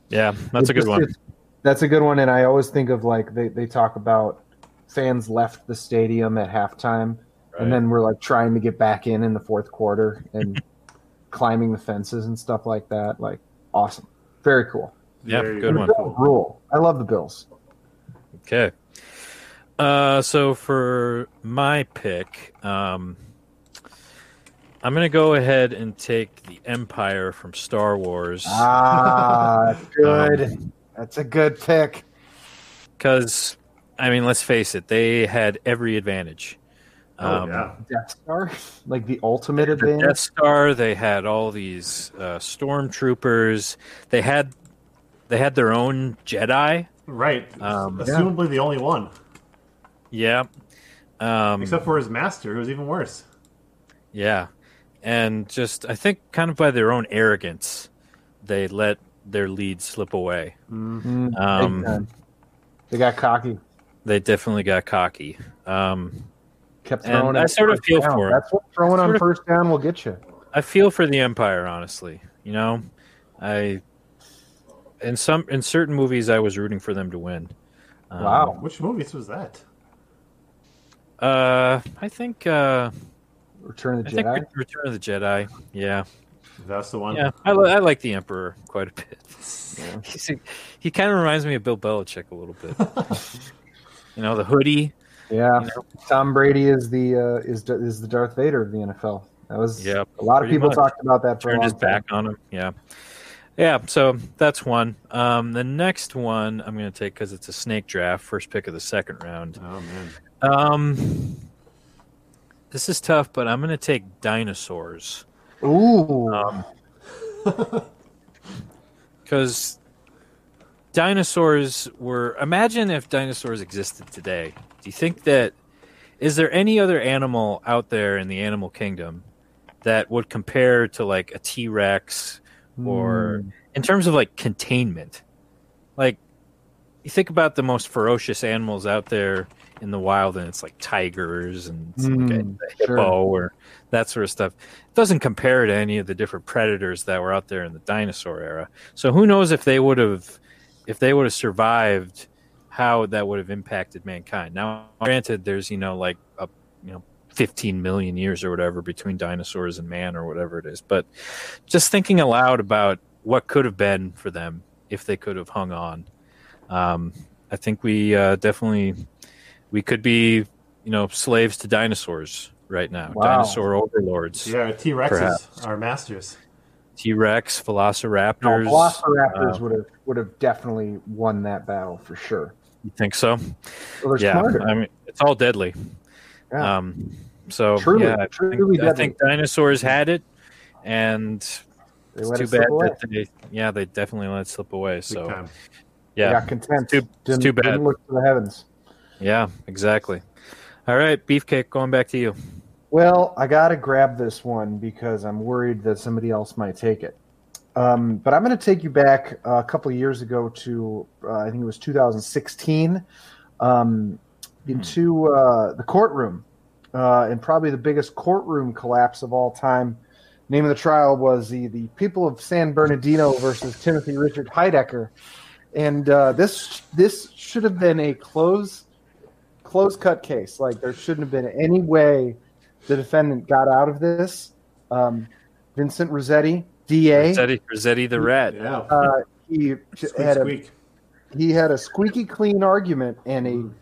S1: Yeah, that's a
S3: It's
S1: good
S3: just-
S1: one.
S3: it's- That's a good one, and I always think of like they, they talk about fans left the stadium at halftime,
S1: Right.
S3: and then we're like trying to get back in in the fourth quarter and climbing the fences and stuff like that. Like awesome, very cool.
S1: Yeah,
S4: Very
S1: good one.
S3: The Bills Rule. I love the Bills.
S1: Okay. Uh, so for my pick, um, I'm going to go ahead and take the Empire from Star Wars.
S3: Ah, that's good.
S1: Um,
S3: that's a good pick.
S1: Because, I mean, let's face it, they had every advantage.
S4: Oh
S1: Um,
S4: yeah.
S3: Death Star, like the ultimate
S1: the Death
S3: advantage.
S1: Star. They had all these uh, stormtroopers. They had they had their own Jedi.
S4: Right.
S1: Um,
S4: Assumably the only one,
S1: Yeah, um,
S4: except for his master, who's even worse.
S1: yeah, and just I think kind of by their own arrogance, they let their lead slip away.
S3: Mm, big
S1: Um,
S3: time. they got cocky,
S1: They definitely got cocky. Um,
S3: kept
S1: and
S3: throwing.
S1: I
S3: on
S1: sort of
S3: first
S1: feel
S3: down.
S1: for 'em.
S3: That's what throwing
S1: Sort
S3: on
S1: of-
S3: first down will get you.
S1: I feel for the Empire, honestly. You know, I in some in certain movies I was rooting for them to win. Um,
S3: Wow.
S4: Which movies was that?
S1: Uh, I think. Uh,
S3: Return of the
S1: I
S3: Jedi.
S1: think Return of the Jedi. Yeah,
S4: That's the one.
S1: yeah. I, li- I like the Emperor quite a bit. He's a- he kind of reminds me of Bill Belichick a little bit. you know, the hoodie.
S3: Yeah,
S1: you know?
S3: Tom Brady is the uh, is is the Darth Vader of the NFL. That was
S1: Yeah,
S3: a lot of
S1: pretty
S3: people
S1: much.
S3: talked about that for a
S1: turned
S3: long
S1: his
S3: time.
S1: back on him. Yeah, yeah. So that's one. Um, the next one I'm going to take because it's a snake draft, first pick of the second round.
S4: Oh man.
S1: Um, this is tough, but I'm going to take dinosaurs
S3: Ooh,
S1: um, because dinosaurs were. Imagine if dinosaurs existed today. Do you think that? Is there any other animal out there in the animal kingdom that would compare to like a T Rex
S3: Hmm.
S1: or in terms of like containment? Like, you think about the most ferocious animals out there in the wild, and it's like tigers and it's like a,
S3: Mm,
S1: a hippo
S3: sure.
S1: or that sort of stuff. It doesn't compare to any of the different predators that were out there in the dinosaur era. So who knows if they would have, if they would have survived, how that would have impacted mankind. Now, granted, there's you know like a you know 15 million years or whatever between dinosaurs and man or whatever it is, but just thinking aloud about what could have been for them if they could have hung on. Um, I think we uh, definitely we could be you know slaves to dinosaurs right now,
S3: Wow.
S1: dinosaur overlords,
S4: Yeah, T Rexes
S1: Perhaps.
S4: are masters.
S1: T Rex,
S3: No,
S1: Velociraptors. uh,
S3: Velociraptors would have would have definitely won that battle for sure.
S1: you think so?
S3: Well, they're
S1: yeah,
S3: smarter.
S1: I mean it's all deadly.
S3: Yeah.
S1: Um, so
S3: Truly-
S1: yeah, I
S3: truly
S1: think, I
S3: deadly.
S1: think dinosaurs had it, and
S3: They
S1: it's
S3: let
S1: too
S3: it slip
S1: bad
S3: away.
S1: that they yeah they definitely let it slip away.
S4: Big
S1: So
S4: time.
S3: They
S1: yeah,
S3: got content.
S1: It's too- it's
S3: didn't,
S1: too bad.
S3: Didn't look to the heavens.
S1: yeah, exactly. All right, beefcake, going back to you.
S3: Well, I gotta grab this one because I'm worried that somebody else might take it. Um, but I'm going to take you back uh, a couple of years ago to uh, I think it was 2016 um, into uh, the courtroom uh, and probably the biggest courtroom collapse of all time. Name of the trial was the the people of San Bernardino versus Timothy Richard Heidecker, and uh, this this should have been a close close cut case. Like there shouldn't have been any way the defendant got out of this. Um, Vincent Rossetti, DA,
S1: Rossetti, Rossetti the rat.
S4: Yeah.
S3: uh, he
S4: squeak,
S3: had a
S4: squeak.
S3: he had a squeaky clean argument and a
S1: Mm.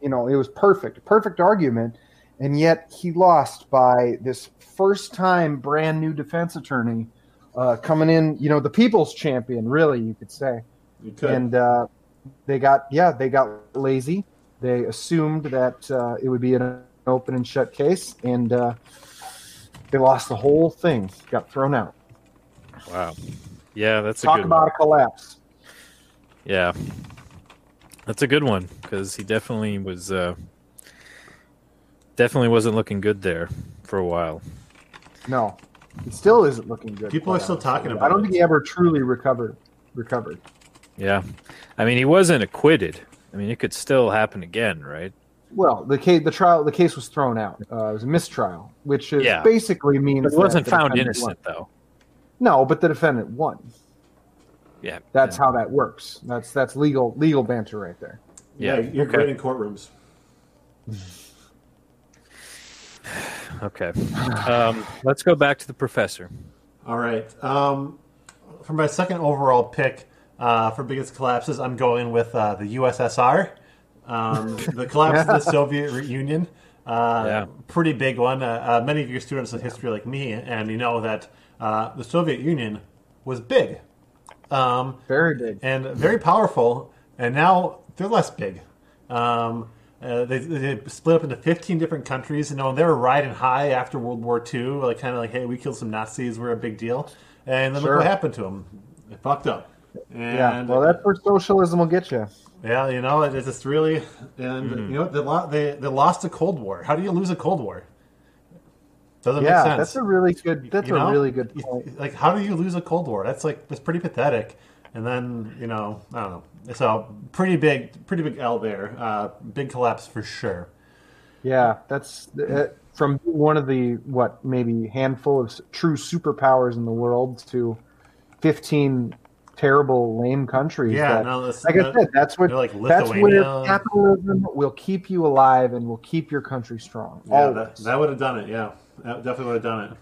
S3: you know it was perfect perfect argument and yet he lost by this first time brand new defense attorney uh, coming in you know the people's champion really you could say
S4: You could.
S3: and uh, they got yeah they got lazy they assumed that uh, it would be an open and shut case and uh, they lost the whole thing got thrown out
S1: Wow. Yeah, that's a
S3: talk
S1: good
S3: about
S1: one.
S3: a collapse
S1: Yeah. That's a good one because he definitely was uh, definitely wasn't looking good there for a while.
S3: No, it still isn't looking good.
S4: People are still talking
S3: I
S4: about
S3: don't
S4: it.
S3: think he ever truly recovered. Recovered.
S1: Yeah. I mean, he wasn't acquitted. I mean, it could still happen again, right?
S3: Well, the case, the trial, the case was thrown out. Uh, it was a mistrial, which is
S1: Yeah.
S3: basically means
S1: But he wasn't
S3: that the
S1: found
S3: defendant won.
S1: innocent, though.
S3: No, but the defendant won.
S1: Yeah.
S3: That's
S1: yeah.
S3: how that works. That's that's legal legal banter right there.
S4: yeah,
S1: yeah,
S4: you're
S1: okay.
S4: great in courtrooms.
S1: Okay. Um, let's go back to the professor.
S4: All right. Um, for my second overall pick uh, for biggest collapses, I'm going with uh, the USSR, um, the collapse of the Soviet Re- Union. Uh,
S1: Yeah.
S4: Pretty big one. Uh, uh, many of your students in history, like me, and you know that uh, the Soviet Union was big um,
S3: Very big.
S4: and very powerful, and now they're less big. Um, uh, they, they split up into 15 different countries. You know, and they were riding high after World War II, like kind of like, hey, we killed some Nazis, we're a big deal. And then
S3: Sure.
S4: look what happened to them. They fucked up. And,
S3: yeah. well, that's where socialism will get you.
S4: yeah, you know, it's just really, and
S3: Mm-hmm.
S4: you know, they, lo- they they lost a Cold War. How do you lose a Cold War? Doesn't
S3: Yeah,
S4: make sense.
S3: that's a really good. That's
S4: You know?
S3: a really good
S4: You-
S3: point.
S4: Like, how do you lose a Cold War? That's like that's pretty pathetic. And then you know, I don't know. So pretty big, pretty big L there. Uh, big collapse for sure.
S3: Yeah, that's uh, from one of the what maybe handful of s- true superpowers in the world to fifteen terrible lame countries.
S4: Yeah,
S3: that-
S4: no, that's-
S3: like I
S4: that-
S3: said, that's what
S4: they're like
S3: that's where
S4: Lithuania.
S3: capitalism will keep you alive and will keep your country strong.
S4: Yeah,
S3: always.
S4: that, that would have done it. Yeah, that definitely would have done it.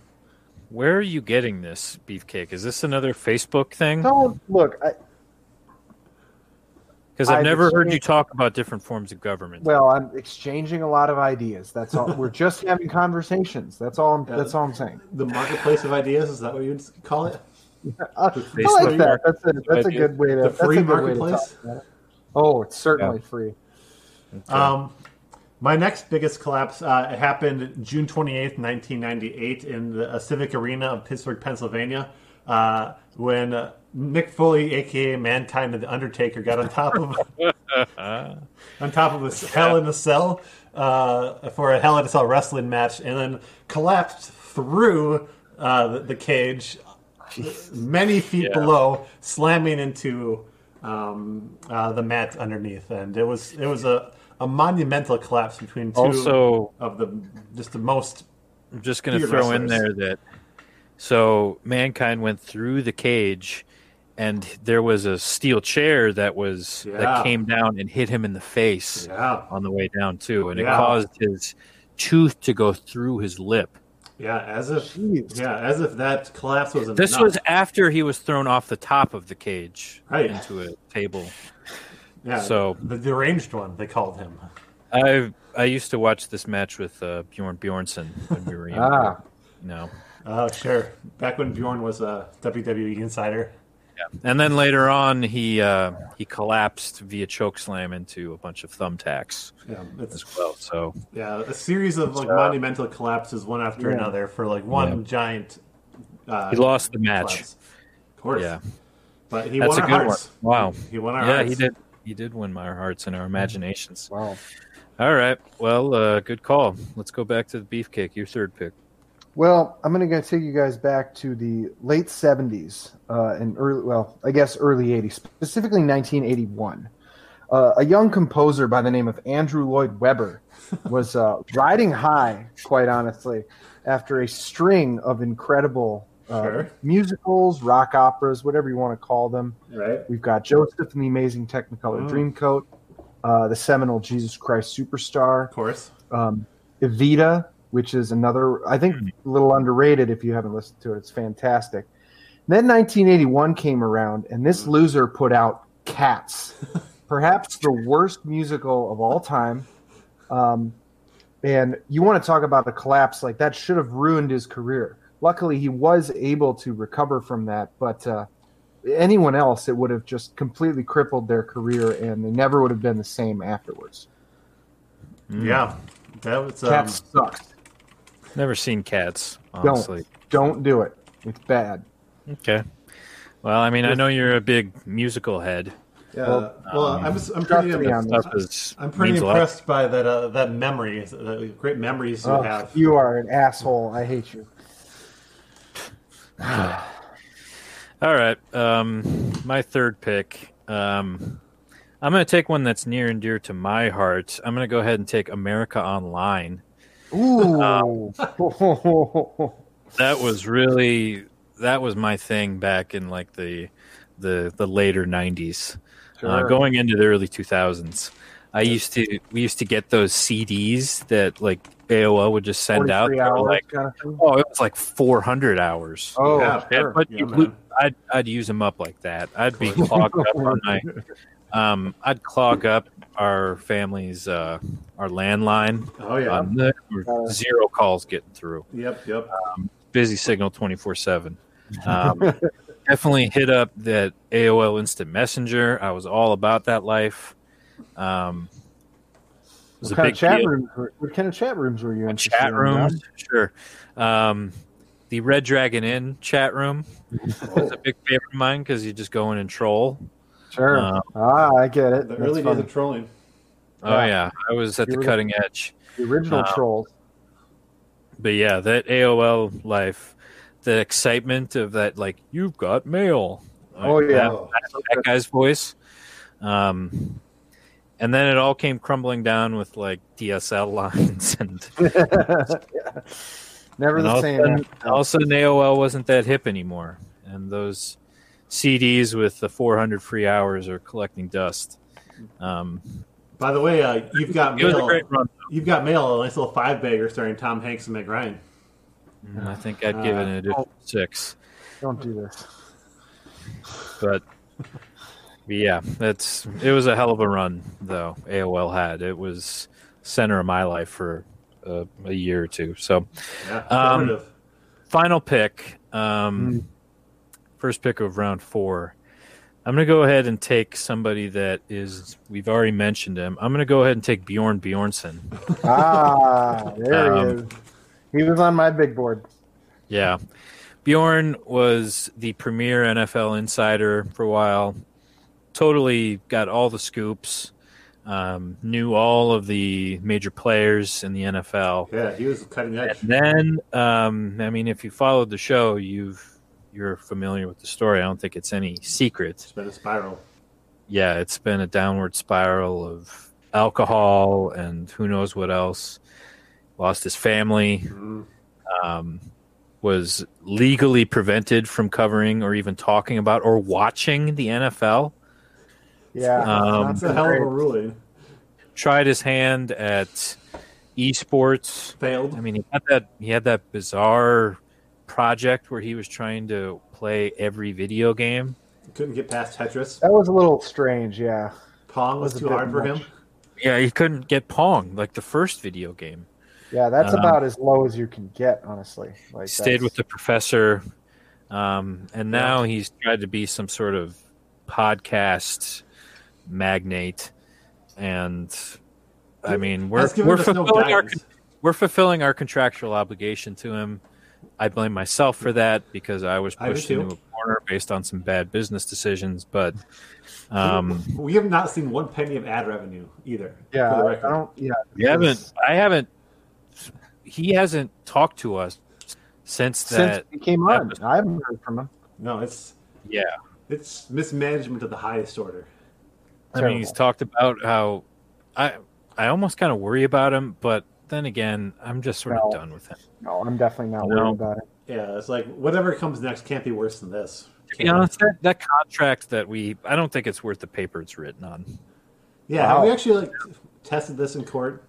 S1: Where are you getting this beefcake? Is this another Facebook thing?
S3: Don't look. I,
S1: Because I've
S3: I've
S1: never heard you
S3: experienced-
S1: talk about different forms of government.
S3: Well, I'm exchanging a lot of ideas. That's all. We're just having conversations. That's all. I'm, that's all I'm saying.
S4: The marketplace of ideas is that what you would call it?
S3: Uh, I, I like that. That's a that's a good way to.
S4: The
S3: that's a
S4: free
S3: good way to
S4: marketplace?
S3: talk about it. Oh, it's certainly free.
S4: Um, my next biggest collapse uh, it happened June 28th, 1998, in the uh, Civic Arena of Pittsburgh, Pennsylvania, uh, when uh, Mick Foley, aka Mankind and the Undertaker, got on top of on top of a Hell in a Cell uh, for a Hell in a Cell wrestling match, and then collapsed through uh, the, the cage many feet
S1: Yeah.
S4: below, slamming into um, uh, the mat underneath, and it was it was a, a monumental collapse between two
S1: Also-
S4: of the just the most
S1: I'm just going to
S4: You're
S1: throw in there
S4: wrestlers.
S1: that so mankind went through the cage, and there was a steel chair that was
S4: Yeah.
S1: that came down and hit him in the face
S4: yeah
S1: on the way down too, and
S4: Yeah.
S1: it caused his tooth to go through his lip.
S4: yeah as if
S3: Jeez.
S4: yeah as if that collapse was
S1: This
S4: enough.
S1: was after he was thrown off the top of the cage
S4: Right.
S1: into a table.
S4: yeah,
S1: so-
S4: the deranged one they called him
S1: I I used to watch this match with uh, Bjorn Bjornson when we were young.
S3: Ah,
S1: you know.
S4: oh sure back when Bjorn was a WWE insider
S1: And then later on, he uh, he collapsed via choke slam into a bunch of thumbtacks
S4: yeah it's
S1: as well. So
S4: yeah a series of like monumental collapses one after
S3: uh, Yeah.
S4: another for like one giant uh,
S1: he lost the match.
S4: collapse. of course
S1: Yeah,
S4: but he
S1: that's
S4: won
S1: a
S4: our
S1: good
S4: hearts.
S1: one. Wow.
S4: he won our
S1: Yeah,
S4: hearts.
S1: he did. He did win our hearts and our imaginations.
S3: wow.
S1: All right. Well, uh, good call. Let's go back to the beefcake. Your third pick.
S3: Well, I'm going to go take you guys back to the late 70s uh, and early, well, I guess early 80s, specifically 1981. Uh, a young composer by the name of Andrew Lloyd Webber was uh, riding high, quite honestly, after a string of incredible uh,
S4: Sure.
S3: musicals, rock operas, whatever you want to call them.
S4: right
S3: We've got Joseph and the Amazing Technicolor Dreamcoat, uh, the seminal Jesus Christ Superstar,
S4: of course
S3: um, Evita, which is another, I think, a little underrated if you haven't listened to it. It's fantastic. Then 1981 came around, and this loser put out Cats, perhaps the worst musical of all time. Um, and you want to talk about a collapse like that should have ruined his career. Luckily, he was able to recover from that, but uh, anyone else, it would have just completely crippled their career, and they never would have been the same afterwards.
S1: Hmm.
S4: Yeah, that was um,
S3: Cats sucks.
S1: Never seen cats, honestly.
S3: Don't do it. It's bad.
S1: Okay. Well, I mean, I know you're a big musical head.
S4: yeah.
S3: Well,
S4: Well, I'm, just- I'm
S3: trust
S4: pretty,
S3: me on
S4: I'm,
S3: this.
S1: Stuff is
S4: pretty
S1: means a lot.
S4: impressed by that uh, that memory, the great memories you
S3: Ugh,
S4: have.
S3: Oh, you are an asshole. I hate you.
S1: All right. Um, my third pick. Um, I'm going to take one that's near and dear to my heart. I'm going to go ahead and take America Online. Uh,
S3: Ooh.
S1: That was really that was my thing back in like the the the later 90s. Uh,
S3: Sure.
S1: going into the early 2000s. I used to we used to get those CDs that like AOL would just send out. They
S3: 43
S1: were
S3: hours
S1: like
S3: kind of thing.
S1: oh, it was like 400 hours.
S3: Oh,
S4: yeah,
S1: Yeah,
S3: sure.
S1: but
S4: Yeah,
S1: you
S4: man.
S1: loop- I'd I'd use them up like that. I'd be clogged up all night. Um, I'd clog up our family's uh, our landline.
S4: Oh yeah,
S1: Um, there were zero calls getting through.
S4: yep, yep.
S1: Busy signal twenty four seven. Um, Definitely hit up that AOL Instant Messenger. I was all about that life. Um, it was
S3: What
S1: a
S3: kind,
S1: big
S3: of chat
S1: deal
S3: rooms were, what kind of chat rooms were you in?
S1: chat rooms, sure. Um, the Red Dragon Inn chat room was a big favorite of mine because you just go in and troll.
S3: Sure.
S1: Uh,
S3: ah, I get
S4: The
S3: it. That's
S4: early days
S3: funny.
S4: of trolling.
S1: Oh yeah, I was at
S3: You
S1: the
S3: were the-
S1: cutting edge.
S3: the original
S1: Uh,
S3: trolls.
S1: But yeah, that AOL life, the excitement of that, like you've got mail. Like,
S3: Oh, yeah.
S1: that, that guy's voice. Um, and then it all came crumbling down with like DSL lines and
S3: Never
S1: And
S3: the
S1: all
S3: same.
S1: Of a sudden,
S3: after that.
S1: all of a sudden, AOL wasn't that hip anymore, and those CDs with the 400 free hours are collecting dust. Um,
S4: By the way, uh, you've got
S1: it was a
S4: mail.
S1: great run.
S4: You've got mail. A nice little five bagger starring Tom Hanks and Meg Ryan.
S3: Mm-hmm.
S1: and I think
S3: Uh,
S1: I'd give it
S3: oh.
S1: an additional six,
S3: Don't do this.
S1: but Yeah, that's it was a hell of a run though. AOL had it was center of my life for uh, a year or two. So
S4: Yeah,
S1: Um,
S4: affirmative.
S1: final pick, um, first pick of round four. I'm gonna go ahead and take somebody that is we've already mentioned him. I'm gonna go ahead and take Bjorn Bjornson.
S3: Ah, there
S1: Um,
S3: he is. He was on my big board.
S1: Yeah. Bjorn was the premier NFL insider for a while. Totally got all the scoops. Um, knew all of the major players in the NFL.
S4: yeah, he was cutting edge.
S1: And then, um, I mean, if you followed the show, you've you're familiar with the story. I don't think it's any secret.
S4: It's been a spiral.
S1: Yeah, it's been a downward spiral of alcohol and who knows what else. Lost his family
S4: Mhm.
S1: um, was legally prevented from covering or even talking about or watching the NFL.
S3: Yeah.
S1: Um,
S3: not
S4: It's
S3: so
S4: a hell of a
S3: great.
S4: ruling.
S1: Tried his hand at esports.
S4: Failed.
S1: I mean, he had that he had that bizarre project where he was trying to play every video game.
S4: Couldn't get past Tetris.
S3: That was a little strange, yeah.
S4: Pong was,
S3: was a
S4: too
S3: bit
S4: hard for
S3: much.
S4: him.
S1: Yeah, he couldn't get Pong like the first video game.
S3: Yeah, that's
S1: Um,
S3: about as low as you can get, honestly. Like
S1: Stayed
S3: that's-
S1: with the professor, um, and now he's tried to be some sort of podcast magnate. And I mean, we're
S4: That's giving
S1: we're
S4: us no
S1: fulfilling our
S4: guidance.
S1: we're fulfilling our contractual obligation to him. I blame myself for that because I was
S4: I do
S1: pushed
S4: too.
S1: into a corner based on some bad business decisions. But um,
S4: we have not seen one penny of ad revenue either.
S3: Yeah,
S4: for the
S3: I
S4: record.
S3: don't. Yeah,
S1: we haven't. I haven't. He hasn't talked to us since
S3: Since
S1: that.
S3: he came on,
S1: episode.
S3: I haven't heard from him.
S4: No, it's
S1: Yeah.
S4: it's mismanagement of the highest order.
S1: I mean, he's talked about how I I almost kind of worry about him, but then again, I'm just sort of
S3: No.
S1: done with him.
S3: No, I'm definitely not
S1: No.
S3: worried about it.
S4: Yeah, it's like whatever comes next can't be worse than this.
S1: To be honest, that, that contract that we I don't think it's worth the paper it's written on.
S4: Yeah, have
S3: Wow.
S4: we actually like tested this in court?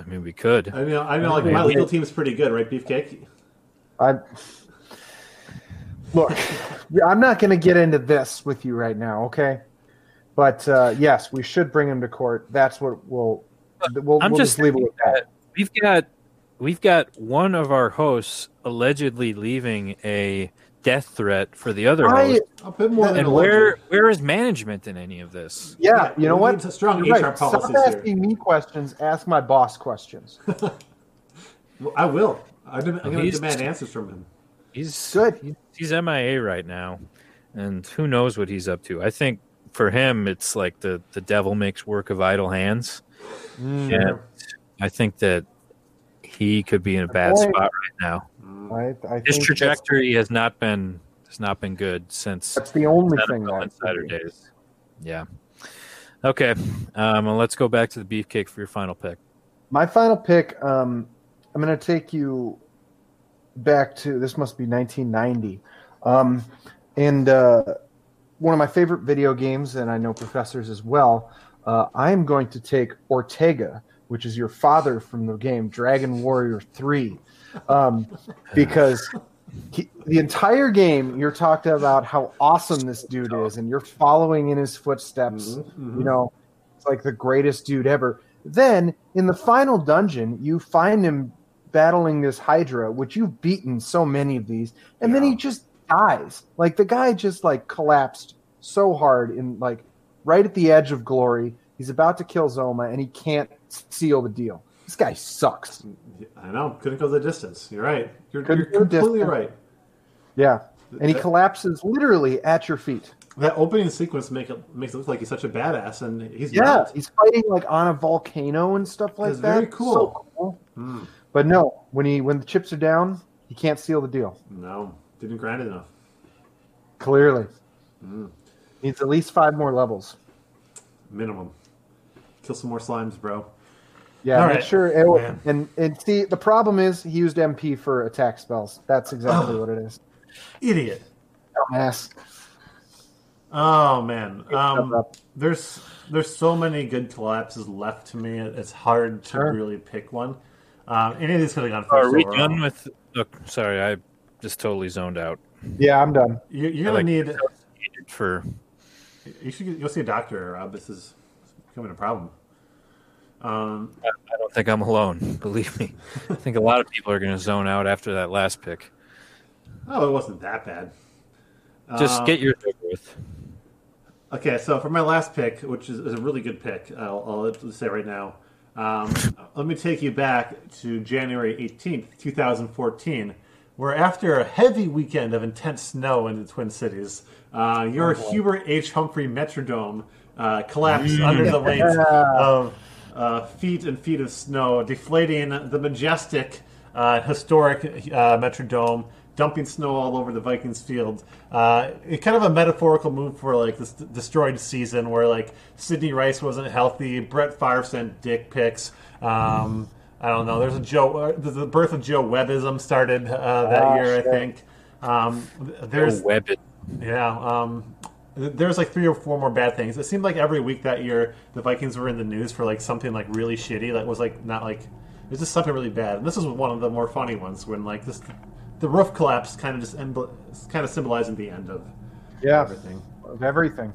S1: I mean, we could.
S3: Uh,
S4: I mean, I mean, like my legal team's pretty good, right? Beefcake.
S3: I look. I'm not going to get into this with you right now, okay? But uh, yes, we should bring him to court. That's what we'll. We'll,
S1: I'm
S3: we'll
S1: just
S3: just, leave it with that.
S1: We've got we've got one of our hosts allegedly leaving a death threat for the other
S3: I-
S1: host.
S4: A bit more than
S1: And
S4: a
S1: where
S4: luxury.
S1: where is management in any of this?
S3: Yeah,
S4: we
S3: you know
S4: need
S3: what?
S4: to- Strong
S3: You're
S4: HR
S3: right. Stop
S4: policies here.
S3: asking me questions. Ask my boss questions.
S4: Well, I will. I dem- I'm going to
S1: He's-
S4: demand answers from him.
S1: He's
S3: Good.
S1: He's, he's MIA right now, and who knows what he's up to. I think for him, it's like the the devil makes work of idle hands, and
S4: Mm-hmm.
S1: I think that he could be in a bad
S3: Boy.
S1: spot right now.
S3: I, I
S1: His
S3: think
S1: trajectory has not been has not been good since
S3: That's, that's the only thing
S1: NFL
S3: that
S1: Insider days. Yeah. Okay, um, well, let's go back to the beefcake for your final pick.
S3: My final pick. Um, I'm going to take you back to this. Must be 1990, um, and uh, one of my favorite video games, and I know professors as well. Uh, I am going to take Ortega, which is your father from the game Dragon Warrior Three, um, because. He, the entire game, you're talking about how awesome this dude is, and you're following in his footsteps.
S1: Mm-hmm.
S4: mm-hmm.
S3: You know, it's like the greatest dude ever. Then in the final dungeon, you find him battling this Hydra, which you've beaten so many of these, and then
S4: Yeah.
S3: he just dies. Like the guy just like collapsed so hard in like right at the edge of glory. He's about to kill Zoma, and he can't seal the deal. This guy sucks.
S4: I know. Couldn't go the distance. You're right. You're,
S3: Couldn't
S4: you're
S3: go the
S4: completely
S3: distance.
S4: right.
S3: Yeah, and he
S4: That-
S3: collapses literally at your feet.
S4: That opening sequence make it makes it look like he's such a badass, and he's
S3: Yeah,
S4: not.
S3: he's fighting like on a volcano and stuff like
S4: It's
S3: that.
S4: very cool. Hmm.
S3: So cool. But no, when he when the chips are down, he can't seal the deal.
S4: No, didn't grind enough.
S3: Clearly,
S4: Hmm.
S3: needs at least five more levels.
S4: Minimum. Kill some more slimes, bro.
S3: Yeah,
S4: All
S3: make
S4: right.
S3: sure. It,
S4: Man.
S3: and and see, the problem is he used MP for attack spells. That's exactly what it is.
S4: Idiot.
S3: Dumbass.
S4: Oh man, um,
S3: up.
S4: there's there's so many good collapses left to me. It- It's hard to
S3: Sure.
S4: really pick one. Um, any of these could have gone first.
S1: Are we
S4: overall.
S1: done with? Look, sorry, I just totally zoned out.
S3: Yeah, I'm done.
S4: You, you're gonna
S1: Like-
S4: need
S1: for
S4: You should go see a doctor, Rob. This is becoming a problem. Um,
S1: I don't think I'm alone. Believe me, I think a lot of people are going to zone out after that last pick.
S4: oh, it wasn't that bad.
S1: Just
S4: Um,
S1: get yours over with.
S4: Okay, so for my last pick, which is, is a really good pick, I'll, I'll just say right now. Um, let me take you back to January 18th, 2014, where after a heavy weekend of intense snow in the Twin Cities, uh, your Hubert H. Humphrey Metrodome uh, collapsed under the weight of uh, feet and feet of snow, deflating the majestic, uh, historic uh, Metrodome, dumping snow all over the Vikings field. Uh, it kind of a metaphorical move for like this destroyed season, where like Sidney Rice wasn't healthy, Brett Favre sent dick pics. Um, I don't know. There's a Joe. Uh, the birth of Joe Webbism started uh, that
S3: Ah,
S4: year,
S3: shit.
S4: I think. Um, there's
S1: Go web it.
S4: yeah, um, th- there's like three or four more bad things. It seemed like every week that year the Vikings were in the news for like something like really shitty that was like not like it was just something really bad. And this is one of the more funny ones when like this the roof collapse kind of just embl- kind of symbolizing the end of
S3: Yeah,
S4: everything.
S3: of everything.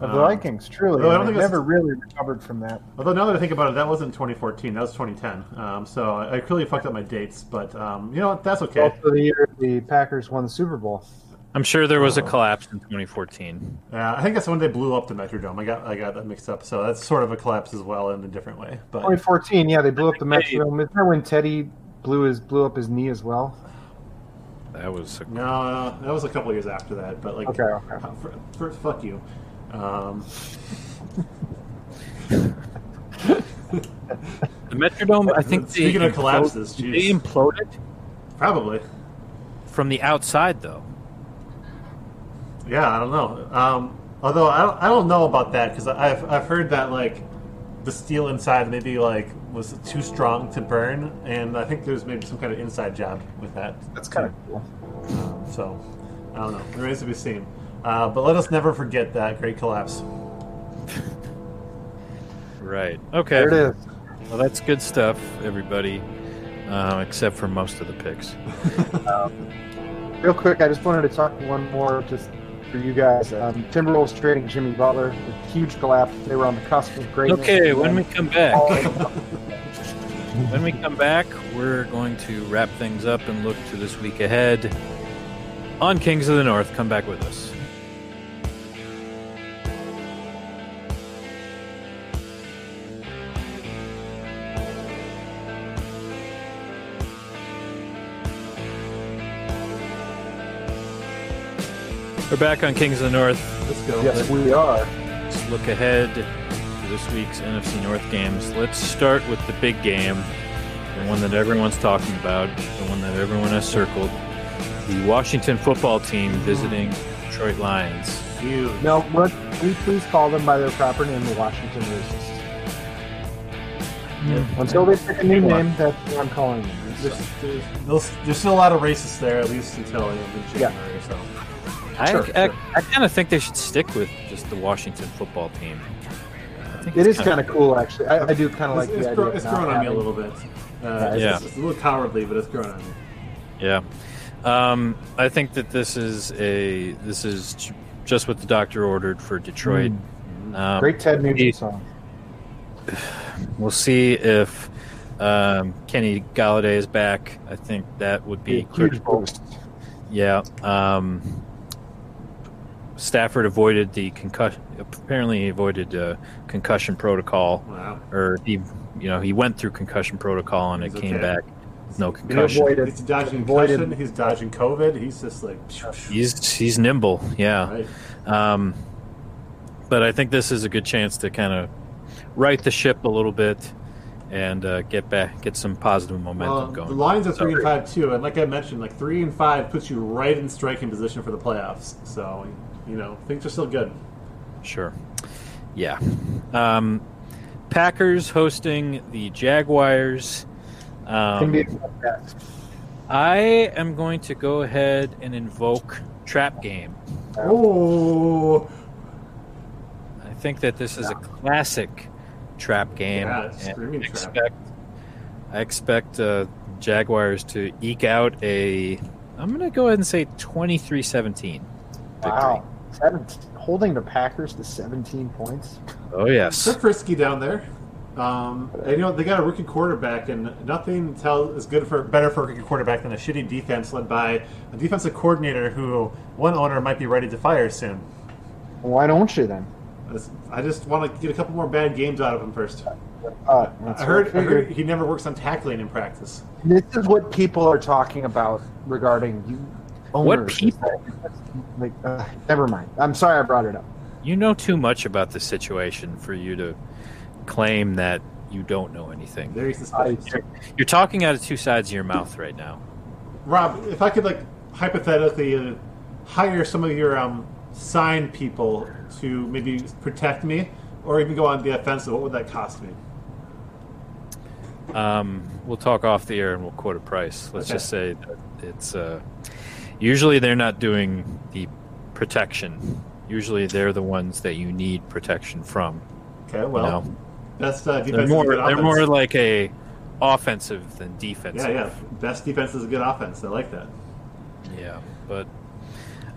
S3: Of the
S4: Um,
S3: Vikings, truly.
S4: no, I
S3: I
S4: don't think it's-
S3: never really recovered from that.
S4: Although now that I think about it, that wasn't 2014. That was 2010. Um, so I, I clearly fucked up my dates, but um, you know what? That's okay.
S3: Also, the year the Packers won the Super Bowl.
S1: I'm sure there was a collapse in 2014.
S4: Yeah, Uh, I think that's when they blew up the Metrodome. I got I got that mixed up. So that's sort of a collapse as well in a different way. But
S3: 2014, yeah, they blew up the
S1: Hey.
S3: Metrodome. Isn't that when Teddy blew his blew up his knee as well?
S1: That was a,
S4: No, that was a couple years after that. But like,
S3: Okay, okay.
S4: uh, For, for- fuck you. Um,
S1: the Metrodome. I think they
S4: Speaking of
S1: imploded-
S4: collapses,
S1: did
S4: jeez.
S1: they imploded
S4: probably.
S1: from the outside though.
S4: Yeah, I don't know. Um, although I don't, I don't know about that because I've I've heard that like the steel inside maybe like was too strong to burn, and I think there's maybe some kind of inside job with that.
S3: That's kind of cool.
S4: Um, so I don't know. There remains to be seen. Uh, but let us never forget that great collapse.
S1: Right. Okay.
S3: There it is.
S1: Well, that's good stuff, everybody. Um, except for most of the picks.
S3: Real quick, I just wanted to talk one more just for you guys. Um, Timberwolves trading Jimmy Butler, a huge collapse. They were on the cusp of greatness.
S1: Okay. When we come back.
S3: Oh,
S1: When we come back, we're going to wrap things up and look to this week ahead on Kings of the North. Come back with us. We're back on Kings of the North.
S4: Let's go.
S3: yes, we are.
S1: Let's look ahead to this week's NFC North games. Let's start with the big game, the one that everyone's talking about, the one that everyone has circled. The Washington football team visiting Detroit Lions.
S4: You.
S3: No, let we please call them by their proper name, the Washington Wizards. Until they pick a new name, that's what I'm calling them.
S4: There's, there's, there's- there's still a lot of racists there, at least until you know, mid-January. So
S1: I, I, I kind of think they should stick with just the Washington football team. I think
S3: It
S1: it's
S3: is kind of cool, actually. I, I do kind of like the
S4: it's, it's,
S3: idea.
S4: grown-
S3: of
S4: it's
S3: not
S4: grown on me a
S3: having-
S4: little bit. Uh,
S1: Yeah.
S4: it's, it's a little cowardly, but it's grown on me.
S1: Yeah, um, I think that this is a this is j- just what the doctor ordered for Detroit. Um,
S3: Great Ted
S1: he-
S3: Nugent song.
S1: We'll see if um, Kenny Galladay is back. I think that would be
S3: Huge
S1: critical.
S3: boost.
S1: Yeah. Um, Stafford avoided the concussion. Apparently, he avoided uh, concussion protocol,
S4: Wow.
S1: or he, you know, he went through concussion protocol and it
S4: He's
S1: came
S4: okay.
S1: back with no
S3: He
S1: concussion.
S3: avoided,
S4: He's dodging
S3: avoided-
S4: concussion. He's dodging COVID. He's just like, phew, phew,
S1: He's he's nimble. Yeah.
S4: right.
S1: Um, but I think this is a good chance to kind of right the ship a little bit and uh, get back, get some positive momentum
S4: Well,
S1: going.
S4: Uh, Um, the Lions are three and
S1: Sorry.
S4: five too, and like I mentioned, like three and five puts you right in striking position for the playoffs. So you know things are still good.
S1: Sure. Yeah. Um, Packers hosting the Jaguars.
S3: can be
S1: Um,
S3: best.
S1: I am going to go ahead and invoke trap game.
S4: Oh,
S1: I think that this is a classic trap game.
S4: Yeah, it's
S1: and
S4: screaming
S1: I
S4: trap.
S1: expect, I expect uh, Jaguars to eke out a. I'm going to go ahead and say 23-17. victory.
S3: Wow. Seven, holding the Packers to 17 points.
S1: Oh yes.
S4: They're frisky down there. Um, they, you know they got a rookie quarterback, and nothing tell is good for better for a rookie quarterback than a shitty defense led by a defensive coordinator who one owner might be ready to fire soon.
S3: Why don't you then?
S4: That's- I just want to get a couple more bad games out of him first.
S3: Uh,
S4: I heard, I heard he never works on tackling in practice.
S3: This is what people are talking about regarding you.
S1: What
S3: owners.
S1: people?
S3: Like, uh, never mind. I'm sorry I brought it up.
S1: You know too much about the situation for you to claim that you don't know anything.
S4: Very suspicious.
S1: You're, you're talking out of two sides of your mouth right now.
S4: Rob, if I could like hypothetically uh, hire some of your um, sign people to maybe protect me, or even go on the offensive, what would that cost me?
S1: Um, we'll talk off the air and we'll quote a price. Let's
S4: Okay.
S1: just say that it's uh, usually they're not doing the protection. Usually they're the ones that you need protection from.
S4: Okay,
S1: You
S4: well,
S1: know?
S4: best uh, defense.
S1: they're
S4: is
S1: more
S4: good
S1: they're
S4: offense.
S1: more like a offensive than
S4: Yeah,
S1: defensive.
S4: yeah. Best defense is a good offense. I like that.
S1: Yeah, but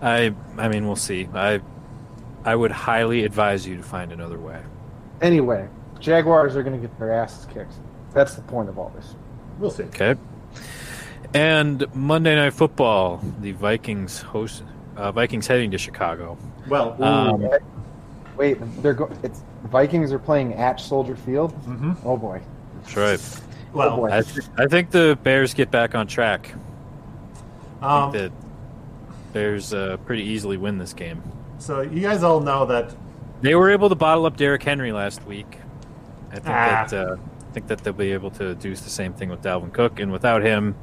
S1: I I mean we'll see. I I would highly advise you to find another way.
S3: Anyway, Jaguars are going to get their asses kicked. That's the point of all this.
S4: We'll see.
S1: Okay. And Monday Night Football, the Vikings host uh, Vikings heading to Chicago.
S4: Well,
S1: Um,
S3: Wait, they're go- it's Vikings are playing at Soldier Field.
S1: Mm-hmm.
S4: Mhm.
S3: Oh boy.
S1: That's right.
S3: oh
S4: well,
S3: boy.
S1: I, th- I think the Bears get back on track. I
S4: um,
S1: think the Bears uh, pretty easily win this game.
S4: so you guys all know that
S1: They were able to bottle up Derrick Henry last week. I think
S4: Ah.
S1: that uh, I think that they'll be able to do the same thing with Dalvin Cook, and without him,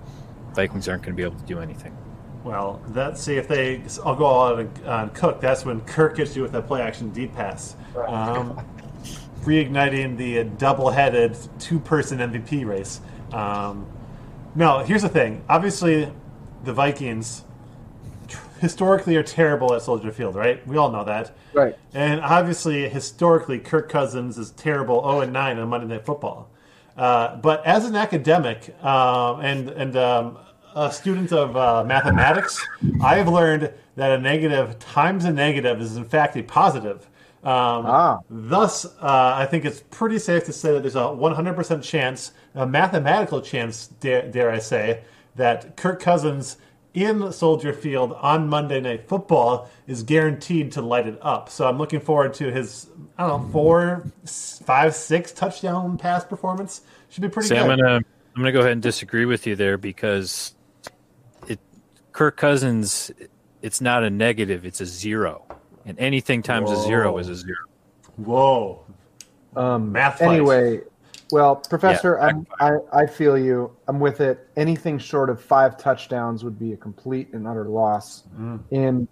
S1: Vikings aren't going to be able to do anything.
S4: Well, that's see if they I'll go all out on, on Cook. That's when Kirk gets you with that play action deep pass, um, reigniting the uh, double-headed two-person MVP race. Um, no, here's the thing. Obviously, the Vikings tr- historically are terrible at Soldier Field, right? We all know that.
S3: Right.
S4: And obviously, historically, Kirk Cousins is terrible 0 and 9 on Monday Night Football. Uh, but as an academic um, and, and um, a student of uh, mathematics, I have learned that a negative times a negative is, in fact, a positive. Um,
S3: Ah.
S4: Thus, uh, I think it's pretty safe to say that there's a 100% chance, a mathematical chance, dare, dare I say, that Kirk Cousins in Soldier Field on Monday Night Football is guaranteed to light it up. So I'm looking forward to his, I don't know, four, s- five, six touchdown pass performance. Should be pretty
S1: See, I'm
S4: good.
S1: gonna I'm gonna go ahead and disagree with you there because it Kirk Cousins, it's not a negative, it's a zero, and anything times a zero
S4: Whoa.
S1: is a zero.
S4: Whoa.
S3: Um,
S4: Math fight.
S3: anyway, well, Professor,
S1: Yeah,
S3: I'm, I I feel you. I'm with it. Anything short of five touchdowns would be a complete and utter loss,
S4: Mm.
S3: and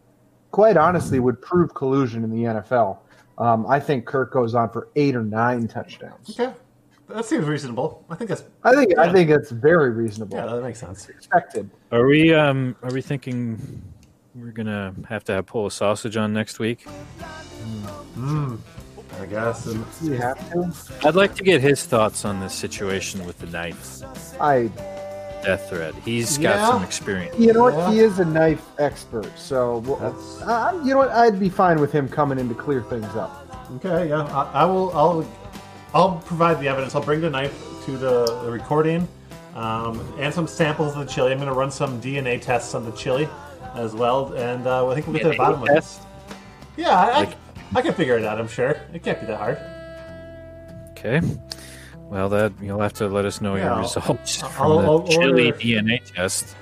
S3: quite honestly, would prove collusion in the NFL. Um, I think Kirk goes on for eight or nine touchdowns.
S4: Okay. That seems reasonable. I think that's,
S3: I think
S4: Yeah.
S3: I think that's very reasonable.
S4: yeah, that makes sense.
S3: Expected.
S1: Are we um are we thinking we're gonna have to have pull a sausage on next week?
S4: I guess. And
S3: Do we have to?
S1: I'd like to get his thoughts on this situation with the knife
S3: I.
S1: death threat. He's got
S4: Yeah.
S1: some experience.
S3: You know what?
S4: Yeah.
S3: He is a knife expert, so
S4: That's-
S3: we'll, I, I'm- you know what? I'd be fine with him coming in to clear things up.
S4: Okay, yeah, I, I will. I'll, I'll provide the evidence. I'll bring the knife to the, the recording, um, and some samples of the chili. I'm going to run some DNA tests on the chili as well, and uh, I think we'll get to the
S1: DNA
S4: bottom of this.
S1: test?
S4: Yeah, I,
S1: Like-
S4: I, I can figure it out. I'm sure it can't be that hard.
S1: Okay. Well, that you'll have to let us know
S4: Yeah,
S1: your
S4: I'll-
S1: results
S4: I'll-
S1: from
S4: I'll
S1: the chili
S4: order-
S1: DNA test.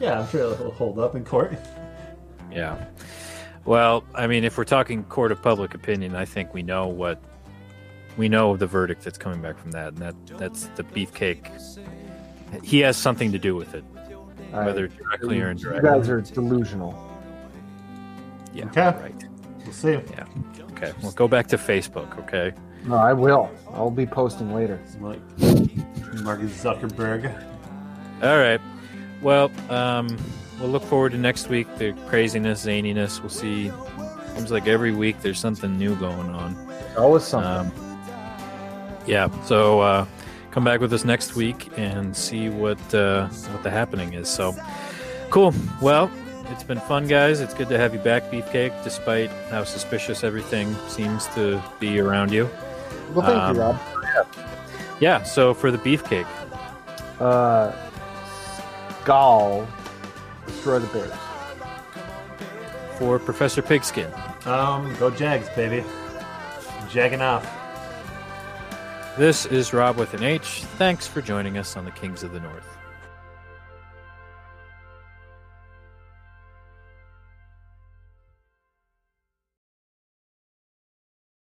S4: Yeah, I'm sure it'll hold up in court.
S1: Yeah. Well, I mean, if we're talking court of public opinion, I think we know what we know the verdict that's coming back from that, and that that's the beefcake. He has something to do with it,
S3: I-
S1: whether directly or
S3: You
S1: indirectly.
S3: guys are delusional.
S1: Yeah.
S4: Okay.
S1: Right.
S4: We'll see.
S1: Yeah. Okay. Well, go back to Facebook. Okay.
S3: No, I will. I'll be posting later.
S4: Like Mark Zuckerberg.
S1: All right. Well, um, we'll look forward to next week. The craziness, zaniness. We'll see. Seems like every week there's something new going on.
S3: Always Oh, something.
S1: Um, yeah. So uh, come back with us next week and see what uh, what the happening is. So cool. Well, It's been fun, guys. It's good to have you back, Beefcake, despite how suspicious everything seems to be around you.
S3: Well, thank
S1: Um,
S3: you, Rob.
S1: Yeah, so for the Beefcake,
S3: Uh, Skull, destroy the Bears.
S1: for Professor Pigskin,
S4: Um, go Jags, baby. Jagging off.
S1: this is Rob with an H. Thanks for joining us on the Kings of the North.